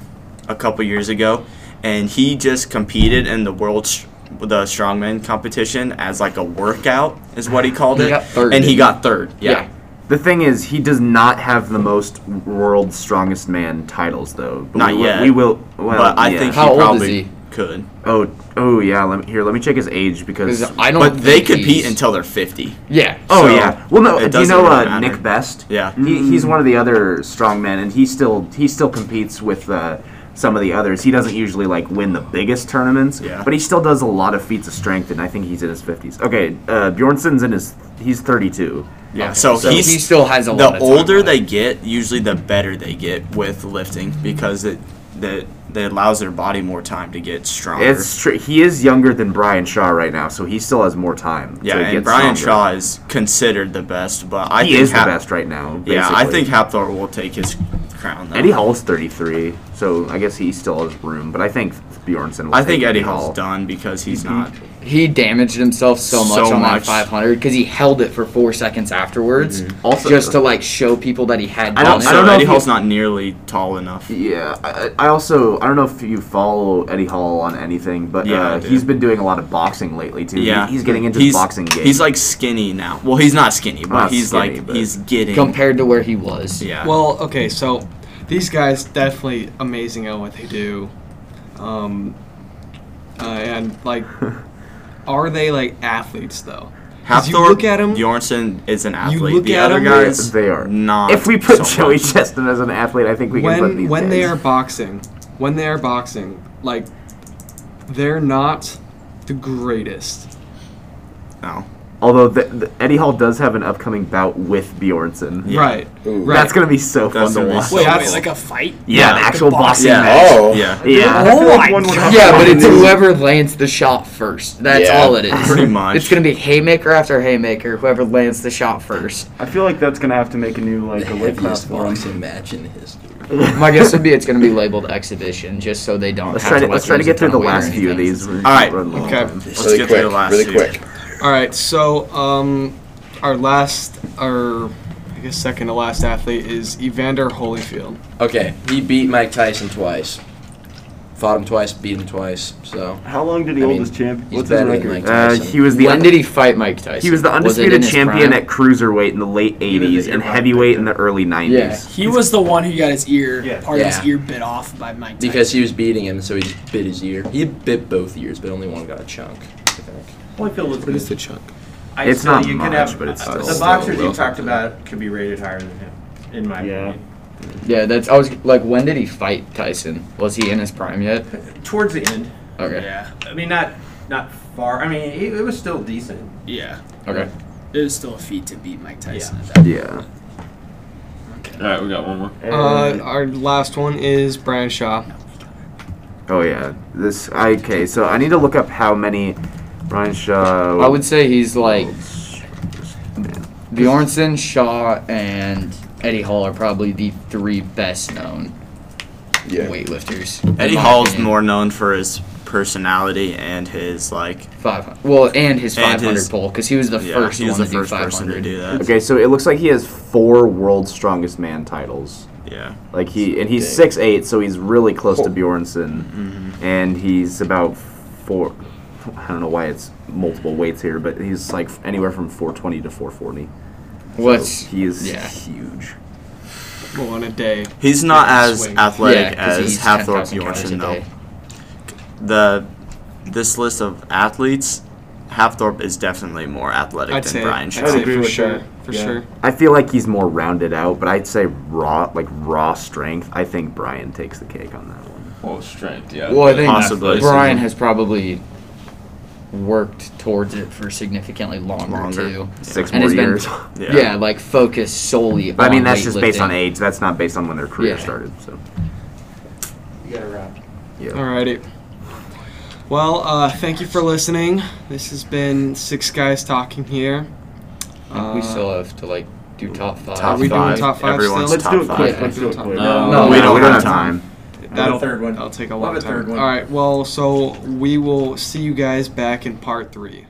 [SPEAKER 7] a couple years ago, and he just competed in the world. Sh- the strongman competition as like a workout is what he called
[SPEAKER 6] He
[SPEAKER 7] it,
[SPEAKER 6] got third,
[SPEAKER 7] and he
[SPEAKER 6] didn't
[SPEAKER 7] got third. Yeah,
[SPEAKER 9] The thing is, he does not have the most world's strongest man titles though. But
[SPEAKER 7] Not
[SPEAKER 9] we will,
[SPEAKER 7] yet.
[SPEAKER 9] We will. Well,
[SPEAKER 7] but I
[SPEAKER 9] yeah.
[SPEAKER 7] think
[SPEAKER 6] How
[SPEAKER 7] he
[SPEAKER 6] old is
[SPEAKER 7] probably
[SPEAKER 6] he?
[SPEAKER 7] could.
[SPEAKER 9] Oh, oh yeah. Let me here. Let me check his age
[SPEAKER 6] 'cause
[SPEAKER 9] because.
[SPEAKER 6] I don't
[SPEAKER 7] But they
[SPEAKER 6] think
[SPEAKER 7] compete
[SPEAKER 6] he's-
[SPEAKER 7] until they're fifty.
[SPEAKER 6] Yeah.
[SPEAKER 9] Oh
[SPEAKER 7] so
[SPEAKER 9] yeah. Well, no.
[SPEAKER 7] it
[SPEAKER 9] Do you
[SPEAKER 7] doesn't
[SPEAKER 9] know
[SPEAKER 7] really
[SPEAKER 9] uh,
[SPEAKER 7] matter.
[SPEAKER 9] Nick Best?
[SPEAKER 7] Yeah.
[SPEAKER 9] He, he's one of the other strongmen, and he still he still competes with uh, some of the others. He doesn't usually like win the biggest tournaments,
[SPEAKER 7] Yeah.
[SPEAKER 9] but he still does a lot of feats of strength, and I think he's in his fifties. Okay, uh, Bjornson's in his he's thirty two.
[SPEAKER 7] Yeah. So,
[SPEAKER 6] So
[SPEAKER 7] he's
[SPEAKER 6] he still has a lot
[SPEAKER 7] the
[SPEAKER 6] of time
[SPEAKER 7] older
[SPEAKER 6] left.
[SPEAKER 7] they get, usually the better they get with lifting because it that that allows their body more time to get stronger.
[SPEAKER 9] It's true. He is younger than Brian Shaw right now, so he still has more time.
[SPEAKER 7] yeah,
[SPEAKER 9] to
[SPEAKER 7] and
[SPEAKER 9] get
[SPEAKER 7] Brian
[SPEAKER 9] stronger.
[SPEAKER 7] Shaw is considered the best, but I
[SPEAKER 9] he
[SPEAKER 7] think
[SPEAKER 9] is
[SPEAKER 7] Hap-
[SPEAKER 9] the best right now.
[SPEAKER 7] Yeah, I
[SPEAKER 9] basically.
[SPEAKER 7] think Hapthor will take his crown. Though.
[SPEAKER 9] Eddie Hall's thirty three, so I guess he still has room. But I think Bjornsson. Will
[SPEAKER 7] I think
[SPEAKER 9] take
[SPEAKER 7] Eddie
[SPEAKER 9] Hall. Mm-hmm.
[SPEAKER 7] Hall's done because he's not.
[SPEAKER 6] He damaged himself so much
[SPEAKER 7] So
[SPEAKER 6] on
[SPEAKER 7] much.
[SPEAKER 6] that 500 because he held it for four seconds afterwards,
[SPEAKER 9] Mm-hmm. Also-
[SPEAKER 6] just to like show people that he had.
[SPEAKER 9] I don't-
[SPEAKER 6] done it.
[SPEAKER 7] Also,
[SPEAKER 9] I don't know
[SPEAKER 7] Eddie
[SPEAKER 9] if
[SPEAKER 7] Hall's
[SPEAKER 9] he-
[SPEAKER 7] not nearly tall enough.
[SPEAKER 9] Yeah, I, I also I don't know if you follow Eddie Hall on anything, but
[SPEAKER 7] Yeah, I
[SPEAKER 9] uh,
[SPEAKER 7] do.
[SPEAKER 9] he's been doing a lot of boxing lately too. He-
[SPEAKER 7] Yeah,
[SPEAKER 9] he's getting into
[SPEAKER 7] he's,
[SPEAKER 9] the boxing game.
[SPEAKER 7] He's like skinny now. Well, he's not skinny, but
[SPEAKER 9] Not
[SPEAKER 7] he's
[SPEAKER 9] skinny,
[SPEAKER 7] like
[SPEAKER 9] but-
[SPEAKER 7] he's getting.
[SPEAKER 6] compared to where he was.
[SPEAKER 7] yeah.
[SPEAKER 2] Well, okay, so these guys definitely amazing at what they do. Um, uh, and like, are they like athletes though? 'Cause you
[SPEAKER 7] Hapthor
[SPEAKER 2] look at 'em-
[SPEAKER 7] Bjornsson is an athlete.
[SPEAKER 2] look
[SPEAKER 7] the
[SPEAKER 2] at
[SPEAKER 7] other
[SPEAKER 2] 'em, they're-
[SPEAKER 7] guys,
[SPEAKER 9] they are.
[SPEAKER 7] not.
[SPEAKER 9] if we put
[SPEAKER 7] so
[SPEAKER 9] Joey
[SPEAKER 7] much.
[SPEAKER 9] Chestnut as an athlete, I think we can put
[SPEAKER 2] when
[SPEAKER 9] these
[SPEAKER 2] when
[SPEAKER 9] guys.
[SPEAKER 2] they are boxing, when they are boxing, like they're not the greatest.
[SPEAKER 7] no.
[SPEAKER 9] Although the, the, Eddie Hall does have an upcoming bout with Bjornsson.
[SPEAKER 2] Yeah. Right. Ooh. Right.
[SPEAKER 9] That's gonna be so
[SPEAKER 2] That's
[SPEAKER 9] fun
[SPEAKER 2] gonna
[SPEAKER 9] to
[SPEAKER 2] be
[SPEAKER 9] watch.
[SPEAKER 2] so Wait, cool.
[SPEAKER 5] like a fight?
[SPEAKER 9] Yeah, an
[SPEAKER 5] Like
[SPEAKER 9] actual
[SPEAKER 5] the
[SPEAKER 9] boxing
[SPEAKER 5] boxing
[SPEAKER 9] match.
[SPEAKER 5] match?
[SPEAKER 9] Yeah.
[SPEAKER 5] Oh
[SPEAKER 9] Yeah. I feel
[SPEAKER 5] my
[SPEAKER 9] like one would have
[SPEAKER 6] Yeah,
[SPEAKER 9] to
[SPEAKER 6] but
[SPEAKER 9] be
[SPEAKER 6] it's
[SPEAKER 9] amazing.
[SPEAKER 6] whoever lands the shot first. That's
[SPEAKER 9] Yeah,
[SPEAKER 6] all it is.
[SPEAKER 9] pretty much.
[SPEAKER 6] It's gonna be haymaker after haymaker. Whoever lands the shot first.
[SPEAKER 3] I feel like that's gonna have to make a new like a weight class
[SPEAKER 10] Heaviest
[SPEAKER 3] for him.
[SPEAKER 10] boxing match in history.
[SPEAKER 6] My guess would be it's gonna be labeled exhibition, just so they don't.
[SPEAKER 9] Let's
[SPEAKER 6] have
[SPEAKER 9] try
[SPEAKER 6] to,
[SPEAKER 9] to- let's
[SPEAKER 6] like,
[SPEAKER 9] try to
[SPEAKER 6] lose a
[SPEAKER 9] get through
[SPEAKER 6] ton
[SPEAKER 9] the
[SPEAKER 6] weight or
[SPEAKER 9] last few of
[SPEAKER 6] anything.
[SPEAKER 9] these. We're All right. running low on
[SPEAKER 2] Okay.
[SPEAKER 9] time. Let's Really get through the quick, last really two. quick.
[SPEAKER 2] All right. So, um, our last, our I guess second to last athlete is Evander Holyfield.
[SPEAKER 10] Okay, he beat Mike Tyson twice. Fought him twice, beat him twice. So
[SPEAKER 3] How long did he
[SPEAKER 10] I
[SPEAKER 3] hold
[SPEAKER 10] mean,
[SPEAKER 3] his champ?
[SPEAKER 10] he's
[SPEAKER 3] What's his
[SPEAKER 10] better than
[SPEAKER 3] record?
[SPEAKER 10] Mike Tyson.
[SPEAKER 9] Uh, he was the
[SPEAKER 6] when did he fight Mike Tyson?
[SPEAKER 9] He was the
[SPEAKER 6] Was it in
[SPEAKER 9] undisputed
[SPEAKER 6] his
[SPEAKER 9] champion
[SPEAKER 6] prime?
[SPEAKER 9] at cruiserweight in the late '80s and heavyweight in the early '90s.
[SPEAKER 10] Yeah.
[SPEAKER 5] He was the one who got his ear, part of his
[SPEAKER 10] Yeah.
[SPEAKER 5] ear bit off by Mike Tyson.
[SPEAKER 10] because he was beating him, so he bit his ear. He bit both ears, but only one got a chunk. I think.
[SPEAKER 11] Holyfield was good.
[SPEAKER 10] the chunk?
[SPEAKER 11] I
[SPEAKER 10] It's
[SPEAKER 11] still,
[SPEAKER 10] not
[SPEAKER 11] you
[SPEAKER 10] much,
[SPEAKER 11] could have,
[SPEAKER 10] but it's
[SPEAKER 11] uh,
[SPEAKER 10] still-
[SPEAKER 11] the boxers
[SPEAKER 10] still
[SPEAKER 11] you
[SPEAKER 10] well
[SPEAKER 11] talked about could be rated higher than him, in my opinion.
[SPEAKER 6] Yeah, that's. I was like, when did he fight Tyson? Was he in his prime yet?
[SPEAKER 11] Towards the end,
[SPEAKER 6] Okay.
[SPEAKER 11] yeah. I mean, not not far. I mean, it, it was still decent.
[SPEAKER 5] Yeah.
[SPEAKER 6] Okay.
[SPEAKER 5] It was still a feat to beat Mike Tyson. at that
[SPEAKER 9] Yeah.
[SPEAKER 1] All right, we got one more.
[SPEAKER 2] Uh, our last one is Brian Shaw.
[SPEAKER 9] Oh yeah. This okay. So I need to look up how many Ryan Shaw.
[SPEAKER 6] I would say he's like Bjornsson, Shaw, and Eddie Hall are probably the three best known weightlifters. in
[SPEAKER 7] Eddie
[SPEAKER 6] my
[SPEAKER 7] Hall's
[SPEAKER 6] opinion.
[SPEAKER 7] more known for his personality and his like.
[SPEAKER 6] five. Well, and his
[SPEAKER 7] And
[SPEAKER 6] 500
[SPEAKER 7] his-
[SPEAKER 6] pull because he was the
[SPEAKER 7] yeah,
[SPEAKER 6] first
[SPEAKER 7] he was
[SPEAKER 6] one
[SPEAKER 7] the
[SPEAKER 6] to
[SPEAKER 7] first
[SPEAKER 6] do 500.
[SPEAKER 7] person to do that.
[SPEAKER 9] Okay, so it looks like he has four World's Strongest Man titles.
[SPEAKER 7] Yeah.
[SPEAKER 9] Like he and he's six eight, so he's really close
[SPEAKER 6] Oh.
[SPEAKER 9] to Bjornsson,
[SPEAKER 6] Mm-hmm.
[SPEAKER 9] and he's about four. I don't know why it's multiple weights here, but he's like anywhere from 420 to 440.
[SPEAKER 6] What's-
[SPEAKER 9] so he is
[SPEAKER 6] yeah.
[SPEAKER 9] huge.
[SPEAKER 2] Well, on a day.
[SPEAKER 7] He's not
[SPEAKER 2] Yeah,
[SPEAKER 7] as
[SPEAKER 2] swing.
[SPEAKER 7] athletic
[SPEAKER 6] Yeah, 'cause he
[SPEAKER 7] as
[SPEAKER 6] eats
[SPEAKER 7] Hathor
[SPEAKER 6] 10,000 calories
[SPEAKER 7] Bjornsson
[SPEAKER 6] a
[SPEAKER 7] though.
[SPEAKER 6] day.
[SPEAKER 7] The this list of athletes, Hapthorpe is definitely more athletic
[SPEAKER 2] I'd
[SPEAKER 7] than
[SPEAKER 2] say-
[SPEAKER 7] Brian
[SPEAKER 2] I'd
[SPEAKER 7] Shaw.
[SPEAKER 2] say for sure, for sure.
[SPEAKER 9] I feel like he's more rounded out, but I'd say raw, like raw strength. I think Brian takes the cake on that one.
[SPEAKER 1] Well, strength, yeah.
[SPEAKER 6] Well, I think
[SPEAKER 7] Possibly.
[SPEAKER 6] Brian has probably worked towards it for significantly longer,
[SPEAKER 7] Longer.
[SPEAKER 6] too.
[SPEAKER 9] Six
[SPEAKER 6] and
[SPEAKER 9] more
[SPEAKER 6] has been-
[SPEAKER 9] years.
[SPEAKER 6] yeah. like focused solely.
[SPEAKER 9] But I
[SPEAKER 6] on
[SPEAKER 9] mean, that's just based on
[SPEAKER 6] weightlifting.
[SPEAKER 9] age. That's not based on when their career
[SPEAKER 6] Yeah.
[SPEAKER 9] started. So
[SPEAKER 11] You gotta wrap.
[SPEAKER 9] yeah.
[SPEAKER 2] Alrighty. Well, uh, thank you for listening. This has been Six Guys Talking here.
[SPEAKER 6] I think we still have to like do top five.
[SPEAKER 2] Are we doing top five
[SPEAKER 7] Everyone's
[SPEAKER 2] still?
[SPEAKER 7] top Let's do it quick, five.
[SPEAKER 3] let's do it
[SPEAKER 2] Top
[SPEAKER 3] quick.
[SPEAKER 2] five.
[SPEAKER 7] No,
[SPEAKER 6] No,
[SPEAKER 7] we
[SPEAKER 6] no,
[SPEAKER 7] don't,
[SPEAKER 9] we don't
[SPEAKER 7] have
[SPEAKER 9] have
[SPEAKER 7] time.
[SPEAKER 2] That'll,
[SPEAKER 11] third one.
[SPEAKER 2] That'll take a
[SPEAKER 11] We'll
[SPEAKER 2] long
[SPEAKER 11] have a
[SPEAKER 2] time.
[SPEAKER 11] third one.
[SPEAKER 2] All right. Well, so we will see you guys back in part three.